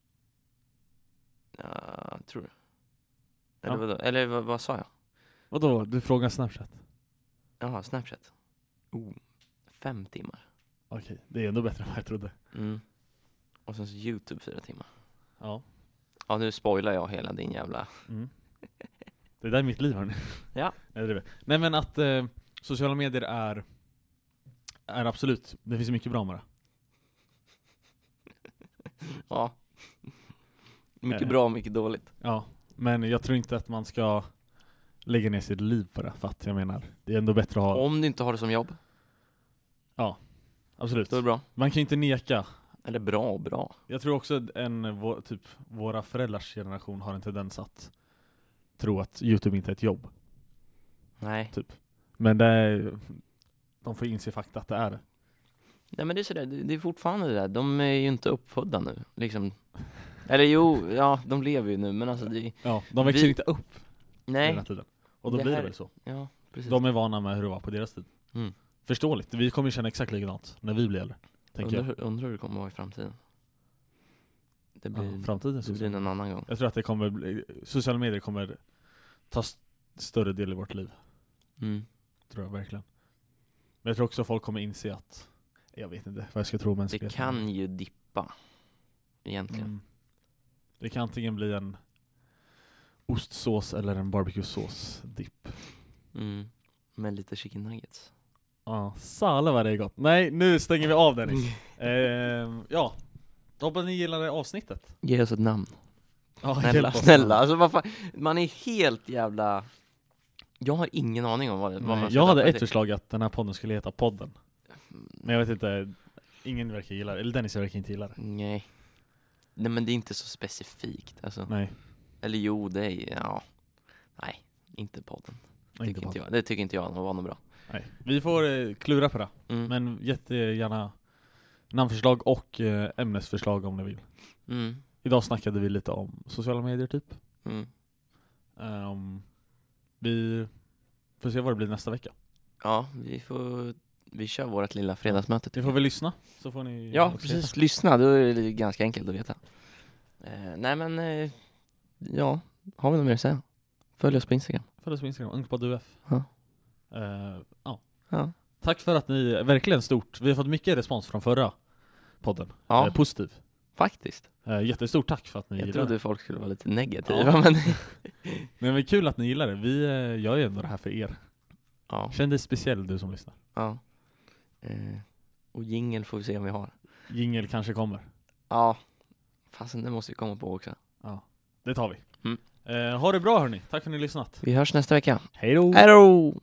S2: Ja, Tror du? Eller,
S1: Ja.
S2: vadå? Eller vad, vad sa jag?
S1: Vadå, du frågar Snapchat?
S2: Jaha, Snapchat oh. Fem timmar
S1: Okej, det är ändå bättre än vad jag trodde.
S2: Mm. Och sen så Youtube fyra timmar.
S1: Ja.
S2: Ja nu spoilar jag hela din jävla...
S1: Mm. Det där är mitt liv hörni.
S2: Ja.
S1: Nej, det är det. Nej men att eh, sociala medier är, är absolut, det finns mycket bra med det.
S2: Ja.
S1: Är
S2: Mycket
S1: det?
S2: bra och mycket dåligt.
S1: Ja, men jag tror inte att man ska lägga ner sitt liv på det, för att jag menar, det är ändå bättre att ha,
S2: Om du inte har det som jobb,
S1: absolut.
S2: då är det bra.
S1: Man kan ju inte neka. att
S2: Eller bra och bra.
S1: Jag tror också att en, vår, typ, våra föräldrars generation har en tendens att tro att Youtube inte är ett jobb.
S2: Nej.
S1: Men det är, de får inse fakta att det är det.
S2: Nej men det är sådär, det det är fortfarande det där. De är ju inte uppfödda nu. Liksom. Eller jo, ja de lever ju nu men alltså det...
S1: Ja, de växer
S2: Vi-
S1: inte upp den här
S2: Nej.
S1: tiden. Och då
S2: Det
S1: blir
S2: här-
S1: det väl så.
S2: Ja, precis.
S1: De är vana med hur det var på deras tid.
S2: Mm.
S1: Förståeligt, vi kommer ju känna exakt likadant när vi blir äldre. Tänker
S2: undrar,
S1: jag.
S2: hur- undrar hur det kommer vara i framtiden. Det blir,
S1: Ja, framtiden
S2: det
S1: så.
S2: blir en annan gång.
S1: Jag tror att det kommer bli, sociala medier kommer ta st- större del i vårt liv.
S2: Mm.
S1: Tror jag verkligen. Men jag tror också folk kommer inse att, jag vet inte vad jag ska tro om
S2: Det
S1: mänskligheten.
S2: kan ju dippa. Egentligen.
S1: Mm. Det kan antingen bli en ostsås eller en barbecuesås-dipp.
S2: Mm. Med lite chicken nuggets.
S1: Ja, sala vad det är gott. Nej, nu stänger vi av den. Ehm, ja, då hoppas ni gillade avsnittet.
S2: Ge oss ett namn.
S1: Ja,
S2: Snälla,
S1: hjälp oss.
S2: snälla. Alltså vad fan. Man är helt jävla... Jag har ingen aning om vad, det, vad man
S1: Nej,
S2: ska
S1: jag hade
S2: döpa
S1: ett
S2: till.
S1: förslag att den här podden skulle heta podden. Men jag vet inte, ingen verkar gilla det, eller Dennis verkar inte gilla det.
S2: Nej. Nej men det är inte så specifikt alltså.
S1: Nej,
S2: Eller jo, det är ju- ja. Nej, inte podden. Tycker
S1: inte
S2: inte
S1: podden.
S2: jag. Det tycker inte jag var något bra.
S1: Nej. Vi får eh, klura på det,
S2: Mm.
S1: men jättegärna namnförslag och eh, ämnesförslag om ni vill.
S2: Mm.
S1: Idag snackade vi lite om sociala medier typ.
S2: Mm.
S1: Ehm, vi får se vad det blir nästa vecka.
S2: Ja, vi får... Vi kör vårt lilla fredagsmöte.
S1: Ni
S2: tycker
S1: får
S2: jag.
S1: väl lyssna, så får ni
S2: Ja,
S1: också
S2: precis.
S1: veta.
S2: Lyssna, då är det ganska enkelt att veta. Eh, nej men, eh, ja. Har vi något mer att säga? Följ oss på Instagram.
S1: Följ oss på Instagram, unkpodduf.
S2: Ja.
S1: Ehm, ja.
S2: Ja.
S1: Tack för att ni, verkligen stort, vi har fått mycket respons från förra podden.
S2: Ja.
S1: Eh, positiv.
S2: Faktiskt.
S1: Eh, jättestort tack för att ni
S2: Jag
S1: gillar det.
S2: trodde folk skulle vara lite negativa
S1: Ja.
S2: men
S1: Men det är kul att ni gillar det. Vi eh, gör ju ändå det här för er.
S2: ja.
S1: Känn dig speciell du som lyssnar.
S2: ja. Eh, och jingel får vi se om vi har.
S1: Jingel kanske kommer.
S2: Ja. Fasen, det måste vi komma på också.
S1: Ja. Det tar vi.
S2: Mm.
S1: Eh, ha det bra hörni. Tack för att ni har lyssnat.
S2: Vi hörs nästa vecka.
S1: Hej då!
S2: Hej då!